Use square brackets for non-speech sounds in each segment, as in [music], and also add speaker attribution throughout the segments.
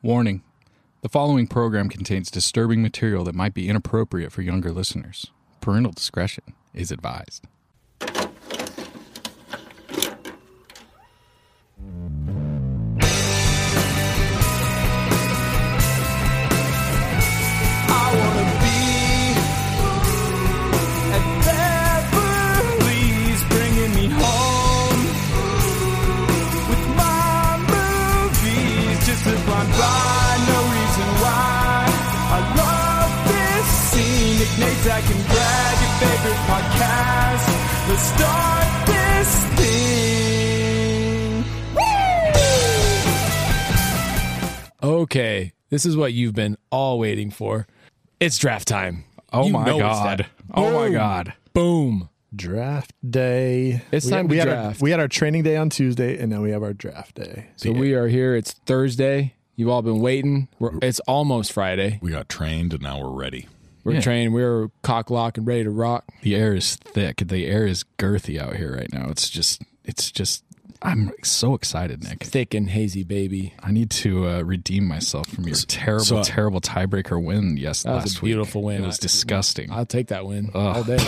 Speaker 1: Warning The following program contains disturbing material that might be inappropriate for younger listeners. Parental discretion is advised.
Speaker 2: I wanna be at Beverly's, bringing me home with my movies, just to blind by, no reason why. I love this scene. Nick Nate's I can brag your favorite podcast. Let's start this thing.
Speaker 3: Okay, this is what you've been all waiting for. It's draft time.
Speaker 1: Oh
Speaker 3: You
Speaker 1: my
Speaker 3: know it's
Speaker 1: God.
Speaker 3: that.
Speaker 1: Oh my
Speaker 3: Boom.
Speaker 1: God.
Speaker 3: Boom.
Speaker 4: Draft day.
Speaker 3: It's time to
Speaker 4: we had
Speaker 3: draft.
Speaker 4: Our, we had our training day on Tuesday, and now we have our draft day.
Speaker 3: So we are here. It's Thursday. You've all been waiting. We're, it's almost Friday.
Speaker 5: We got trained and now we're ready.
Speaker 3: We're
Speaker 1: Yeah.
Speaker 3: trained. We're cock lock and ready to rock.
Speaker 1: The air is thick. The air is girthy out here right now. It's just, it's just, I'm so excited, Nick.
Speaker 3: Thick and hazy, baby.
Speaker 1: I need to uh, redeem myself from your terrible,
Speaker 5: so-
Speaker 1: terrible tiebreaker win. Yes,
Speaker 3: uh, That was a
Speaker 1: last week.
Speaker 3: beautiful win.
Speaker 1: It was
Speaker 3: I-
Speaker 1: disgusting. I,
Speaker 3: I'll take that win all day.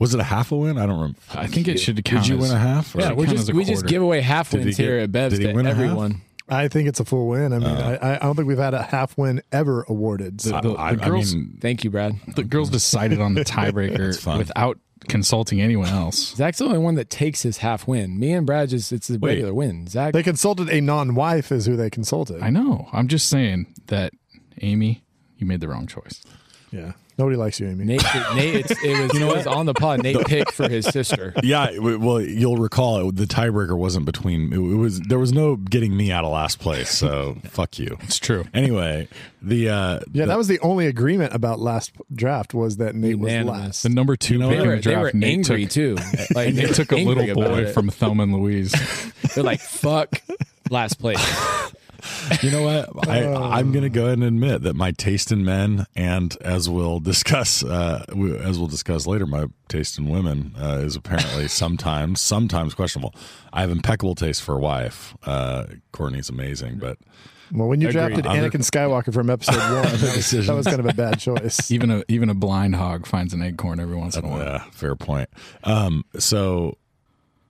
Speaker 5: Was it a half a win? I don't remember.
Speaker 1: think it should count.
Speaker 5: Did you
Speaker 1: as-
Speaker 5: win a half? or-
Speaker 3: yeah,
Speaker 1: it
Speaker 3: we
Speaker 1: count
Speaker 3: just
Speaker 1: as a
Speaker 3: we just
Speaker 1: quarter?
Speaker 3: give away half
Speaker 5: Did he
Speaker 3: wins here
Speaker 5: get-
Speaker 3: at Bev's
Speaker 5: did he
Speaker 3: to
Speaker 5: win a half?
Speaker 3: everyone.
Speaker 4: I think it's a full win. I mean, I, I don't think we've had a half win ever awarded. Uh, So
Speaker 5: I,
Speaker 1: The-
Speaker 5: I-
Speaker 1: the
Speaker 5: I
Speaker 1: girls-
Speaker 5: mean,
Speaker 3: Thank you, Brad.
Speaker 1: The
Speaker 3: [laughs]
Speaker 1: girls decided on the tiebreaker
Speaker 5: fun.
Speaker 1: without consulting anyone else.
Speaker 3: Zach's the only one that takes his half win. Me and Brad just it's a
Speaker 5: Wait.
Speaker 3: regular win. Zach
Speaker 4: they consulted a non-wife, is who they consulted.
Speaker 1: I know. I'm just saying that, Amy, you made the wrong choice.
Speaker 4: yeah, nobody likes you, Amy.
Speaker 3: Nate, Nate it's, it was it was on the pod. Nate picked for his sister.
Speaker 5: yeah. w- Well, you'll recall it, the tiebreaker wasn't between. It was there was no getting me out of last
Speaker 1: [laughs]
Speaker 5: place. So fuck you.
Speaker 1: It's true.
Speaker 5: Anyway, the uh,
Speaker 4: yeah, that was the only agreement about last draft was that Nate was
Speaker 3: Unanimous.
Speaker 4: last.
Speaker 1: The number two pick
Speaker 3: They
Speaker 1: in
Speaker 3: were,
Speaker 1: the
Speaker 3: they were
Speaker 1: draft, Nate
Speaker 3: angry
Speaker 1: took,
Speaker 3: too. Like
Speaker 1: Nate
Speaker 3: were
Speaker 1: took a
Speaker 3: angry
Speaker 1: little
Speaker 3: about
Speaker 1: boy
Speaker 3: it.
Speaker 1: from Thelma and Louise.
Speaker 3: They're like, "Fuck, last place."
Speaker 5: you know what? I,
Speaker 1: Oh.
Speaker 5: I'm going to go ahead and admit that my taste in men, and as we'll discuss, uh, we- as we'll discuss later, my taste in women uh,
Speaker 1: [laughs]
Speaker 5: is apparently sometimes, sometimes questionable. I have impeccable taste for a wife. Uh, Courtney's amazing, but
Speaker 4: well, when you
Speaker 1: Agreed.
Speaker 4: drafted Anakin Skywalker from Episode One, that was,
Speaker 5: Decisions.
Speaker 4: that was kind of a
Speaker 1: [laughs]
Speaker 4: bad choice.
Speaker 1: even a even a blind hog finds an acorn every once in a while.
Speaker 5: yeah, fair point. Um, so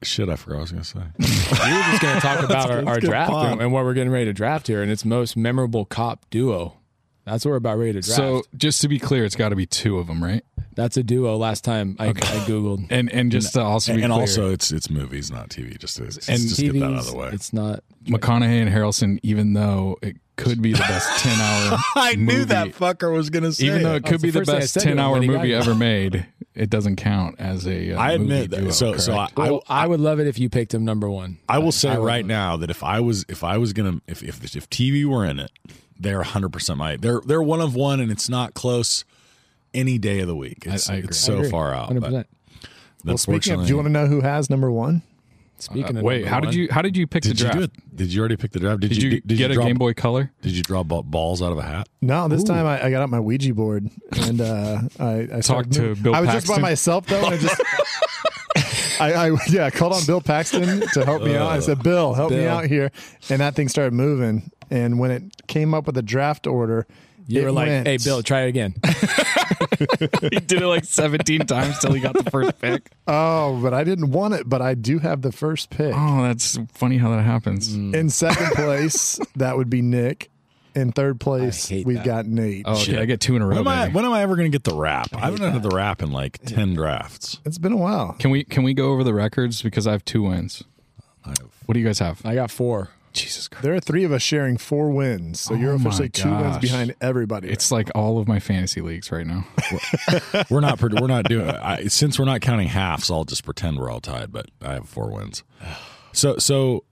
Speaker 5: shit, I forgot what I was going to say.
Speaker 3: We were just going to talk about our, our
Speaker 4: get
Speaker 3: draft
Speaker 4: popped.
Speaker 3: and, and what we're getting ready to draft here, and it's most memorable cop duo. That's what we're about ready to draft.
Speaker 1: So just to be clear, it's got to be two of them, right?
Speaker 3: that's a duo. Last time I, I
Speaker 1: [laughs]
Speaker 3: googled,
Speaker 1: And and just to also be
Speaker 5: and
Speaker 1: clear,
Speaker 5: also, it's it's movies, not TV. Just to, just,
Speaker 1: And
Speaker 5: just get that out of the way.
Speaker 3: It's not.
Speaker 1: McConaughey and Harrelson, even though it could be the best ten hour, movie-
Speaker 5: fucker was going to say.
Speaker 1: Even though it could
Speaker 3: That's
Speaker 1: be
Speaker 3: the
Speaker 1: the
Speaker 3: first thing I
Speaker 1: best
Speaker 3: said to him
Speaker 1: ten hour
Speaker 3: when he got
Speaker 1: movie
Speaker 3: here.
Speaker 1: ever made, it doesn't count as a. Uh,
Speaker 5: I
Speaker 1: movie
Speaker 5: admit that.
Speaker 1: duo,
Speaker 5: so so I,
Speaker 1: correct?
Speaker 5: I,
Speaker 3: Well, I would love it if you picked him number one.
Speaker 5: I will say
Speaker 3: I would-
Speaker 5: right now that if I was if I was gonna if if, if TV were in it, they're 100 percent my they're they're one of one and it's not close any day of the week. It's,
Speaker 1: I agree.
Speaker 5: it's
Speaker 1: I
Speaker 5: so
Speaker 3: agree,
Speaker 5: far out.
Speaker 3: 100%.
Speaker 5: But
Speaker 4: Well, speaking of, do you want to
Speaker 5: unfortunately-
Speaker 4: know who has number one?
Speaker 3: Speaking
Speaker 1: Uh,
Speaker 3: of
Speaker 1: wait,
Speaker 3: number
Speaker 1: how did
Speaker 3: one,
Speaker 1: you how did you pick
Speaker 5: did
Speaker 1: the
Speaker 5: you
Speaker 1: draft?
Speaker 5: do it? Did you already pick the draft? Did,
Speaker 1: Did you,
Speaker 5: did
Speaker 1: get a
Speaker 5: draw-
Speaker 1: Game Boy Color?
Speaker 5: Did you draw ba- balls out of a hat?
Speaker 4: No, this time I, I got out my Ouija board and uh, I, I
Speaker 1: [laughs] Talked
Speaker 4: started
Speaker 1: to
Speaker 4: moving.
Speaker 1: Bill
Speaker 4: I was just
Speaker 1: Paxton.
Speaker 4: by myself though. And
Speaker 1: [laughs]
Speaker 4: I just, I, I yeah, I called on Bill Paxton to help me out.
Speaker 1: Uh,
Speaker 4: I said, "Bill, help me
Speaker 3: Bill.
Speaker 4: out here," and that thing started moving. And when it came up with a draft order,
Speaker 3: You
Speaker 4: it
Speaker 3: were like,
Speaker 4: went-
Speaker 3: "Hey, Bill, try it again."
Speaker 1: he did it like seventeen times till he got the first pick.
Speaker 4: Oh, but I didn't want it, but I do have the first pick
Speaker 1: Oh, that's funny how that happens. [laughs]
Speaker 4: in second place. that would be Nick. In third place,
Speaker 3: hate
Speaker 4: we've
Speaker 3: that.
Speaker 4: got Nate.
Speaker 1: Oh, okay,
Speaker 5: Shit.
Speaker 1: I get two in a row.
Speaker 5: When am I,
Speaker 1: baby.
Speaker 5: when am I ever going to get the rap? I, haven't had the rap in like ten drafts.
Speaker 4: It's been a while.
Speaker 1: Can we can we go over the records because I have two wins. What do you guys have?
Speaker 3: I got four.
Speaker 1: Jesus Christ!
Speaker 4: There are three of us sharing four wins, so you're
Speaker 1: Oh my
Speaker 4: officially two wins
Speaker 1: gosh.
Speaker 4: behind everybody.
Speaker 1: It's like all of my fantasy leagues right
Speaker 5: [laughs]
Speaker 1: now.
Speaker 5: We're not pre- we're not doing I, since we're not counting halves. I'll just pretend we're all tied, but I have four wins. So so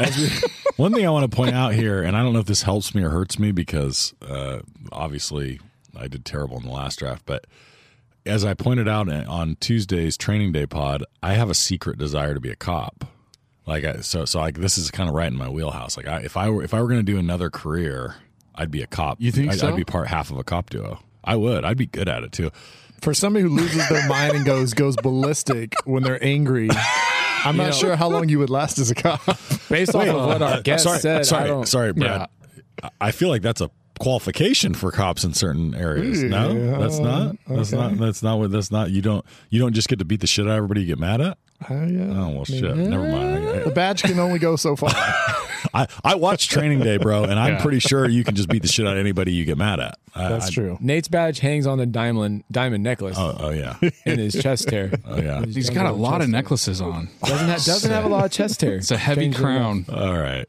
Speaker 5: as we, one thing I want to point out here, and I don't know if this helps me or hurts me because uh, obviously I did terrible in the last draft, but as I pointed out on Tuesday's training day pod, I have a secret desire to be a cop. Like I, so so like this is kind of right in my wheelhouse. Like I, if I were if I were going to do another career, I'd be a cop.
Speaker 1: You think
Speaker 5: I'd,
Speaker 1: so?
Speaker 5: I'd be part half of a cop duo. I would. I'd be good at it too.
Speaker 4: for somebody who loses their mind and goes goes ballistic when they're angry. I'm not
Speaker 3: know-
Speaker 4: sure how long you would last as a cop.
Speaker 3: Based off of what our [laughs]
Speaker 5: Uh,
Speaker 3: guest
Speaker 5: sorry,
Speaker 3: said, I
Speaker 5: sorry,
Speaker 3: don't-
Speaker 5: sorry, Brad. I- I feel like that's a qualification for cops in certain areas.
Speaker 4: Yeah,
Speaker 5: no, that's not. That's not. That's not what. That's not. You don't. You don't just get to beat the shit out of everybody. You get mad at.
Speaker 4: Oh, yeah.
Speaker 5: Oh well, shit. Never mind. I-
Speaker 4: The badge can only go so
Speaker 5: [laughs]
Speaker 4: far.
Speaker 5: I, I watched Training Day, bro, and I'm pretty sure you can just beat the shit out of anybody you get mad at. I-
Speaker 4: That's
Speaker 5: I-
Speaker 4: true.
Speaker 3: Nate's badge hangs on the diamond diamond necklace
Speaker 5: Oh, oh yeah,
Speaker 3: in his
Speaker 1: [laughs]
Speaker 3: chest hair.
Speaker 5: oh yeah.
Speaker 1: Uh,
Speaker 3: [laughs]
Speaker 1: He's got a lot of necklaces on.
Speaker 3: Doesn't have, doesn't have a lot of chest hair.
Speaker 1: It's a heavy crown.
Speaker 5: All right,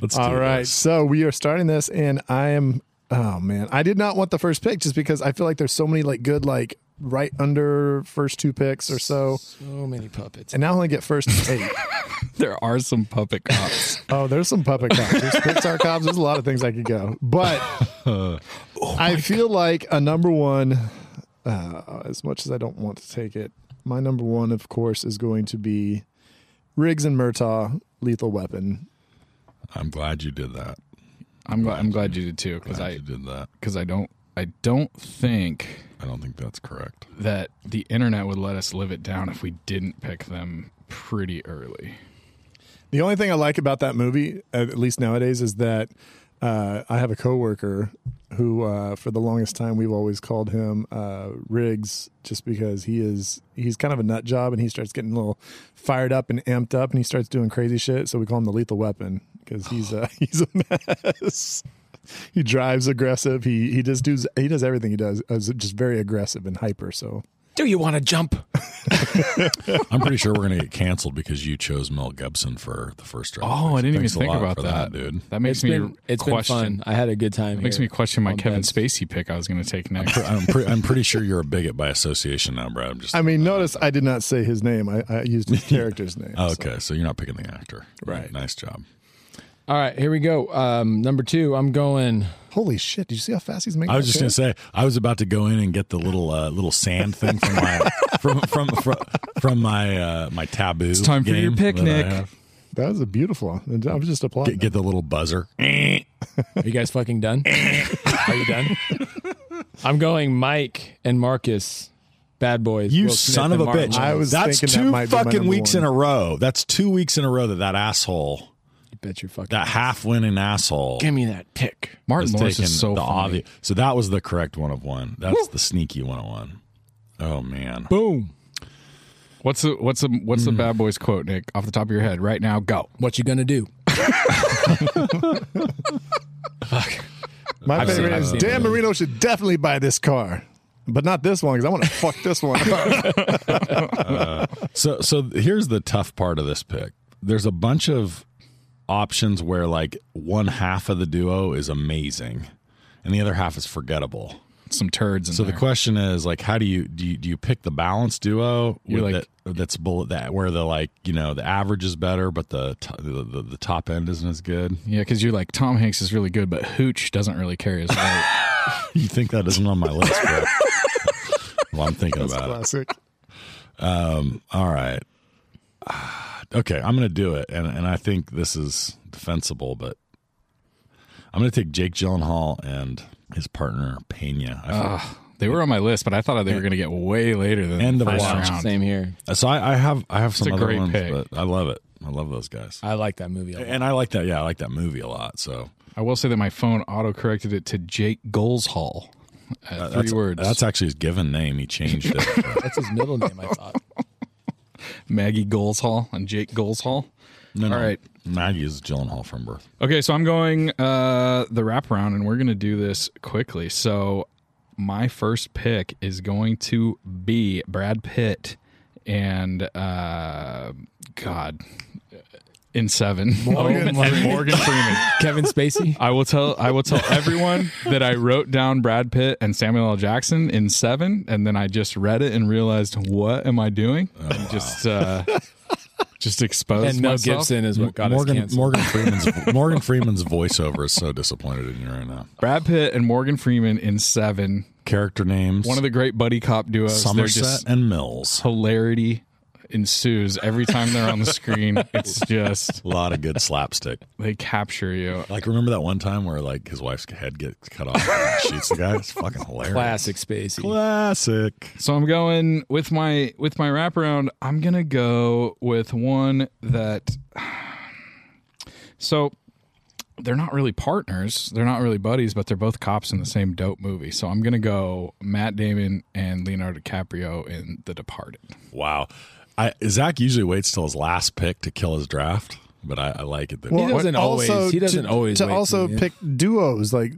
Speaker 5: let's.
Speaker 4: All
Speaker 5: do
Speaker 4: right.
Speaker 5: this.
Speaker 4: So we are starting this, and I am. Oh man, I did not want the first pick just because I feel like there's so many like good like right under first two picks or so,
Speaker 3: So many puppets.
Speaker 4: and now I only get first eight.
Speaker 1: [laughs] There are some puppet cops.
Speaker 4: oh, there's some puppet cops, there's Pixar cops, there's a lot of things I could go, but I feel like a number one. Uh, as much as I don't want to take it, my number one, of course, is going to be Riggs and Murtaugh, Lethal Weapon.
Speaker 5: I'm glad you did that.
Speaker 1: I'm glad, I'm glad you did too because
Speaker 5: Glad
Speaker 1: I
Speaker 5: you did that.
Speaker 1: because I don't I don't think
Speaker 5: I don't think that's correct.
Speaker 1: that the internet would let us live it down if we didn't pick them pretty early.
Speaker 4: The only thing I like about that movie, at least nowadays, is that uh, I have a coworker who, uh, for the longest time, we've always called him uh, Riggs, just because he is he's kind of a nut job, and he starts getting a little fired up and amped up, and he starts doing crazy shit. So we call him the Lethal Weapon because he's uh, [laughs] he's a mess. he drives aggressive. He he just does he does everything he does is just very aggressive and hyper. So
Speaker 3: Do you want to jump?
Speaker 5: I'm pretty sure we're gonna get canceled because you chose Mel Gibson for the first round.
Speaker 1: Oh, I didn't
Speaker 5: Thanks
Speaker 1: even
Speaker 5: a
Speaker 1: think
Speaker 5: lot
Speaker 1: about
Speaker 5: for
Speaker 1: that.
Speaker 5: dude.
Speaker 1: That makes
Speaker 3: It's
Speaker 1: me
Speaker 3: been, it's been
Speaker 1: question.
Speaker 3: fun. I had a good time.
Speaker 1: Makes
Speaker 3: here.
Speaker 1: me question my
Speaker 3: on
Speaker 1: Kevin
Speaker 3: beds.
Speaker 1: Spacey pick I was going to
Speaker 5: [laughs]
Speaker 1: take next.
Speaker 5: I'm, pre- I'm pretty sure you're a bigot by association now, Brad. I'm just.
Speaker 4: I mean, notice I did not say his name. I, I used
Speaker 5: [laughs]
Speaker 4: his character's name.
Speaker 5: Oh,
Speaker 4: so.
Speaker 5: okay, so you're not picking the actor.
Speaker 4: Right.
Speaker 5: Nice job.
Speaker 3: All right, here we go. Um, number two, I'm going.
Speaker 4: Holy shit! Did you see how fast he's making?
Speaker 5: I was
Speaker 4: that
Speaker 5: just
Speaker 4: turn?
Speaker 5: gonna say I was about to go in and get the little uh, little sand thing from my from from from, from my uh, my taboo. It's
Speaker 1: time for your picnic.
Speaker 4: That was a beautiful. I was just
Speaker 5: Get,
Speaker 4: applauding.
Speaker 5: get the little buzzer.
Speaker 3: Are you guys
Speaker 1: [laughs]
Speaker 3: fucking done? Are you done? I'm going Mike and Marcus, bad boys.
Speaker 5: You
Speaker 3: Will Smith
Speaker 5: son of
Speaker 3: and
Speaker 5: a
Speaker 3: Martin
Speaker 5: bitch!
Speaker 4: I
Speaker 3: Lawrence.
Speaker 4: was
Speaker 5: That's
Speaker 4: thinking that
Speaker 5: two
Speaker 4: might be my
Speaker 5: fucking
Speaker 4: number
Speaker 5: weeks
Speaker 4: one.
Speaker 5: in a row. That's two weeks in a row that that asshole,
Speaker 3: bet you fucking.
Speaker 5: that half winning asshole,
Speaker 3: Give me that pick.
Speaker 1: Martin
Speaker 5: has
Speaker 1: Lawrence
Speaker 5: taken
Speaker 1: is so
Speaker 5: the
Speaker 1: funny.
Speaker 5: obvi- So that was the correct one of one. That's the sneaky one of one. Oh man,
Speaker 3: Boom.
Speaker 1: What's the what's the what's
Speaker 5: Mm.
Speaker 1: the bad boys quote, Nick? Off the top of your head, right now, go.
Speaker 3: What you gonna do?
Speaker 4: My
Speaker 3: seen-
Speaker 4: favorite
Speaker 3: I've
Speaker 4: is
Speaker 3: seen
Speaker 4: Dan
Speaker 3: it.
Speaker 4: Marino should definitely buy this car, but not this one because I want to fuck this one. up.
Speaker 5: So so here's the tough part of this pick. There's a bunch of options where like one half of the duo is amazing and the other half is forgettable.
Speaker 1: Some turds. In
Speaker 5: So the
Speaker 1: there.
Speaker 5: question is like how do you do you, do you pick the balance duo
Speaker 1: You're
Speaker 5: with
Speaker 1: like-
Speaker 5: that, that's bullet that where the like, you know, the average is better but the t- the, the, the top end isn't as good. [laughs]
Speaker 1: yeah, because you're like Tom Hanks is really good, but Hooch doesn't really carry his weight.
Speaker 5: [laughs] You think that isn't on my list, but [laughs] well, I'm thinking
Speaker 4: That's
Speaker 5: about
Speaker 4: classic.
Speaker 5: it. All right. [sighs] Ah, Okay, I'm going to do it, and and I think this is defensible, but I'm going to take Jake Gyllenhaal and his partner Pena. I
Speaker 1: Ah.
Speaker 5: feel-
Speaker 1: They were on my list, but I thought they were going to get way later than
Speaker 5: End
Speaker 1: the
Speaker 5: of
Speaker 1: first
Speaker 5: watch.
Speaker 1: round.
Speaker 3: Same here.
Speaker 5: Uh, so I, I have I have some
Speaker 1: a
Speaker 5: other
Speaker 1: great
Speaker 5: ones,
Speaker 1: pick.
Speaker 5: but I love it. I love those guys,
Speaker 3: I like that movie. A lot.
Speaker 5: and I like that. Yeah, I like that movie a lot. So
Speaker 1: I will say that my phone auto corrected it to Jake Goals Hall. At three
Speaker 5: that's,
Speaker 1: words.
Speaker 5: That's actually his given name. He changed it.
Speaker 1: [laughs]
Speaker 5: but-
Speaker 3: That's his middle name. I thought.
Speaker 1: Maggie Goals Hall and Jake Goals Hall.
Speaker 5: no,
Speaker 1: All right.
Speaker 5: Maggie is Gyllenhaal from birth.
Speaker 1: Okay, so I'm going uh, the wraparound, and we're going to do this quickly. So my first pick is going to be Brad Pitt and uh, God in Seven. [laughs] and
Speaker 3: Morgan
Speaker 1: Morgan Freeman.
Speaker 3: Kevin Spacey.
Speaker 1: I will tell I will tell everyone that I wrote down Brad Pitt and Samuel L. Jackson in seven, and then I just read it and realized what am I doing? And Just uh, just exposed
Speaker 3: And Mel
Speaker 1: myself.
Speaker 3: Gibson is what got us
Speaker 5: Morgan
Speaker 3: canceled.
Speaker 5: Morgan
Speaker 1: [laughs]
Speaker 5: Freeman's Morgan Freeman's voiceover is so disappointed in you right now.
Speaker 1: Brad Pitt and Morgan Freeman in seven.
Speaker 5: Character names.
Speaker 1: One of the great buddy cop duos. They're
Speaker 5: Somerset
Speaker 1: just
Speaker 5: and Mills.
Speaker 1: hilarity ensues every time they're on the screen. It's just
Speaker 5: A lot of good slapstick.
Speaker 1: they capture you.
Speaker 5: Like remember that one time where like his wife's head gets cut off and he shoots the guy? It's fucking hilarious.
Speaker 3: Classic Spacey.
Speaker 5: Classic.
Speaker 1: So I'm going with my with my wraparound. I'm gonna go with one that. So, they're not really partners. They're not really buddies, but they're both cops in the same dope movie. So I'm gonna go Matt Damon and Leonardo DiCaprio in The Departed.
Speaker 5: Wow. I, Zach usually waits till his last pick to kill his draft, but I, I like it. That
Speaker 3: Well, doesn't always- he doesn't
Speaker 4: to,
Speaker 3: always
Speaker 4: to
Speaker 3: wait
Speaker 4: also
Speaker 3: till the
Speaker 4: pick duos like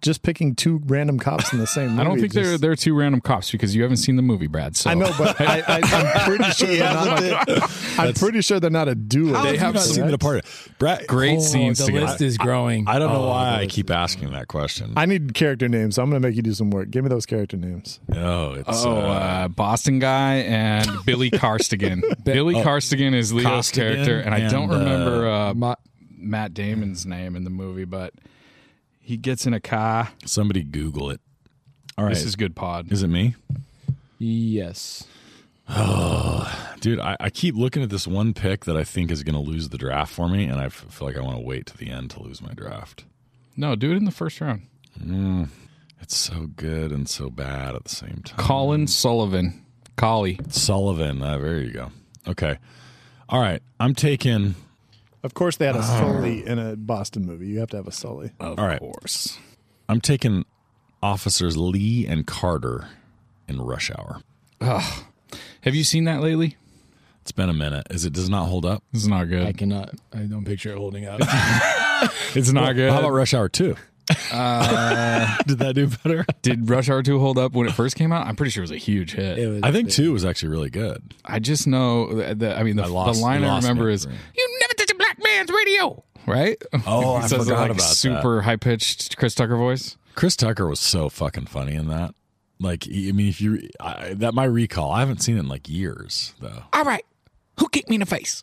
Speaker 4: just picking two random cops in the same.
Speaker 1: [laughs]
Speaker 4: Movie,
Speaker 1: I don't think they're
Speaker 4: just-
Speaker 1: they're two random cops because you haven't seen the movie, Brad. So
Speaker 4: I know, [laughs] but I, I, I'm pretty sure they're not. like- I'm pretty sure they're not a duo.
Speaker 5: they have
Speaker 4: Correct?
Speaker 5: seen the part. Brad,
Speaker 1: great
Speaker 3: Oh,
Speaker 1: scenes
Speaker 3: the
Speaker 1: together.
Speaker 3: list is growing.
Speaker 5: I don't know
Speaker 3: Oh,
Speaker 5: why I keep asking that question.
Speaker 4: I need character names, so I'm going to make you do some work. Give me those character names.
Speaker 5: oh, it's
Speaker 1: Oh,
Speaker 5: uh,
Speaker 1: uh, Boston guy and Billy Carstigan. Billy Carstigan is Leo's
Speaker 5: Costigan
Speaker 1: character, and I don't
Speaker 5: and, uh,
Speaker 1: remember uh, Matt Damon's name in the movie, but he gets in a car.
Speaker 5: somebody Google it. All right,
Speaker 1: This is good pod.
Speaker 5: is it me?
Speaker 3: Yes.
Speaker 5: Dude, I, I keep looking at this one pick that I think is going to lose the draft for me, and I f- feel like I want to wait to the end to lose my draft.
Speaker 1: No, do it in the first round.
Speaker 5: It's so good and so bad at the same time.
Speaker 1: Colin Sullivan, Collie.
Speaker 5: Sullivan, uh, there you go. Okay. All right, I'm taking.
Speaker 4: Of course, they had a Sully in a Boston movie. You have to have a Sully.
Speaker 1: Of
Speaker 5: All right.
Speaker 1: course.
Speaker 5: I'm taking officers Lee and Carter in Rush Hour.
Speaker 1: Have you seen that lately?
Speaker 5: It's been a minute. Is it does not hold up?
Speaker 1: It's not good.
Speaker 3: I cannot. I don't picture it holding up.
Speaker 1: it's not good. Uh,
Speaker 5: How about Rush Hour Two? [laughs] Did that do better?
Speaker 1: [laughs] Did Rush Hour 2 hold up when it first came out? I'm pretty sure it was a huge hit.
Speaker 3: [laughs] It was-
Speaker 5: I think two was actually
Speaker 1: [laughs]
Speaker 5: really good.
Speaker 1: I just know that, that- I mean the,
Speaker 5: lost-
Speaker 1: the line
Speaker 5: you
Speaker 1: I
Speaker 5: lost
Speaker 1: remember
Speaker 5: me.
Speaker 1: is you never touch a black man's radio, right?
Speaker 5: Oh,
Speaker 1: He
Speaker 5: I
Speaker 1: says it
Speaker 5: forgot
Speaker 1: like
Speaker 5: about that.
Speaker 1: super high pitched Chris Tucker voice.
Speaker 5: Chris Tucker was so fucking funny in that. Like, I mean, if you I, that my recall, I haven't seen it in like years though.
Speaker 1: All right, who kicked me in the face?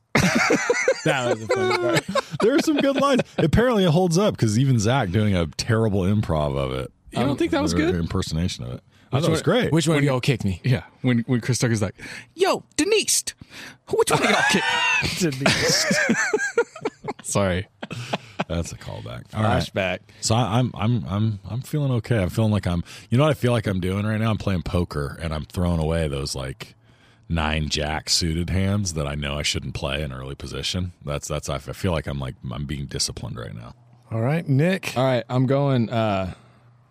Speaker 5: That was a funny part. there are some good lines. Apparently, it holds up because even Zach doing a terrible improv of it.
Speaker 1: You don't think that was
Speaker 5: Or
Speaker 1: good?
Speaker 5: impersonation of it? I thought it was great.
Speaker 3: Which one of y'all kicked me?
Speaker 1: Yeah, when when Chris Tucker's like, "Yo, Denise, which one of y'all kicked?" [laughs] Sorry,
Speaker 5: That's a callback. All right.
Speaker 3: Flashback.
Speaker 5: So I, I'm I'm I'm I'm feeling okay. I'm feeling like I'm. You know what I feel like I'm doing right now? I'm playing poker and I'm throwing away those like nine jack suited hands that I know I shouldn't play in early position. That's that's I f- I feel like I'm like I'm being disciplined right now.
Speaker 4: All right, Nick.
Speaker 3: All right, I'm going uh,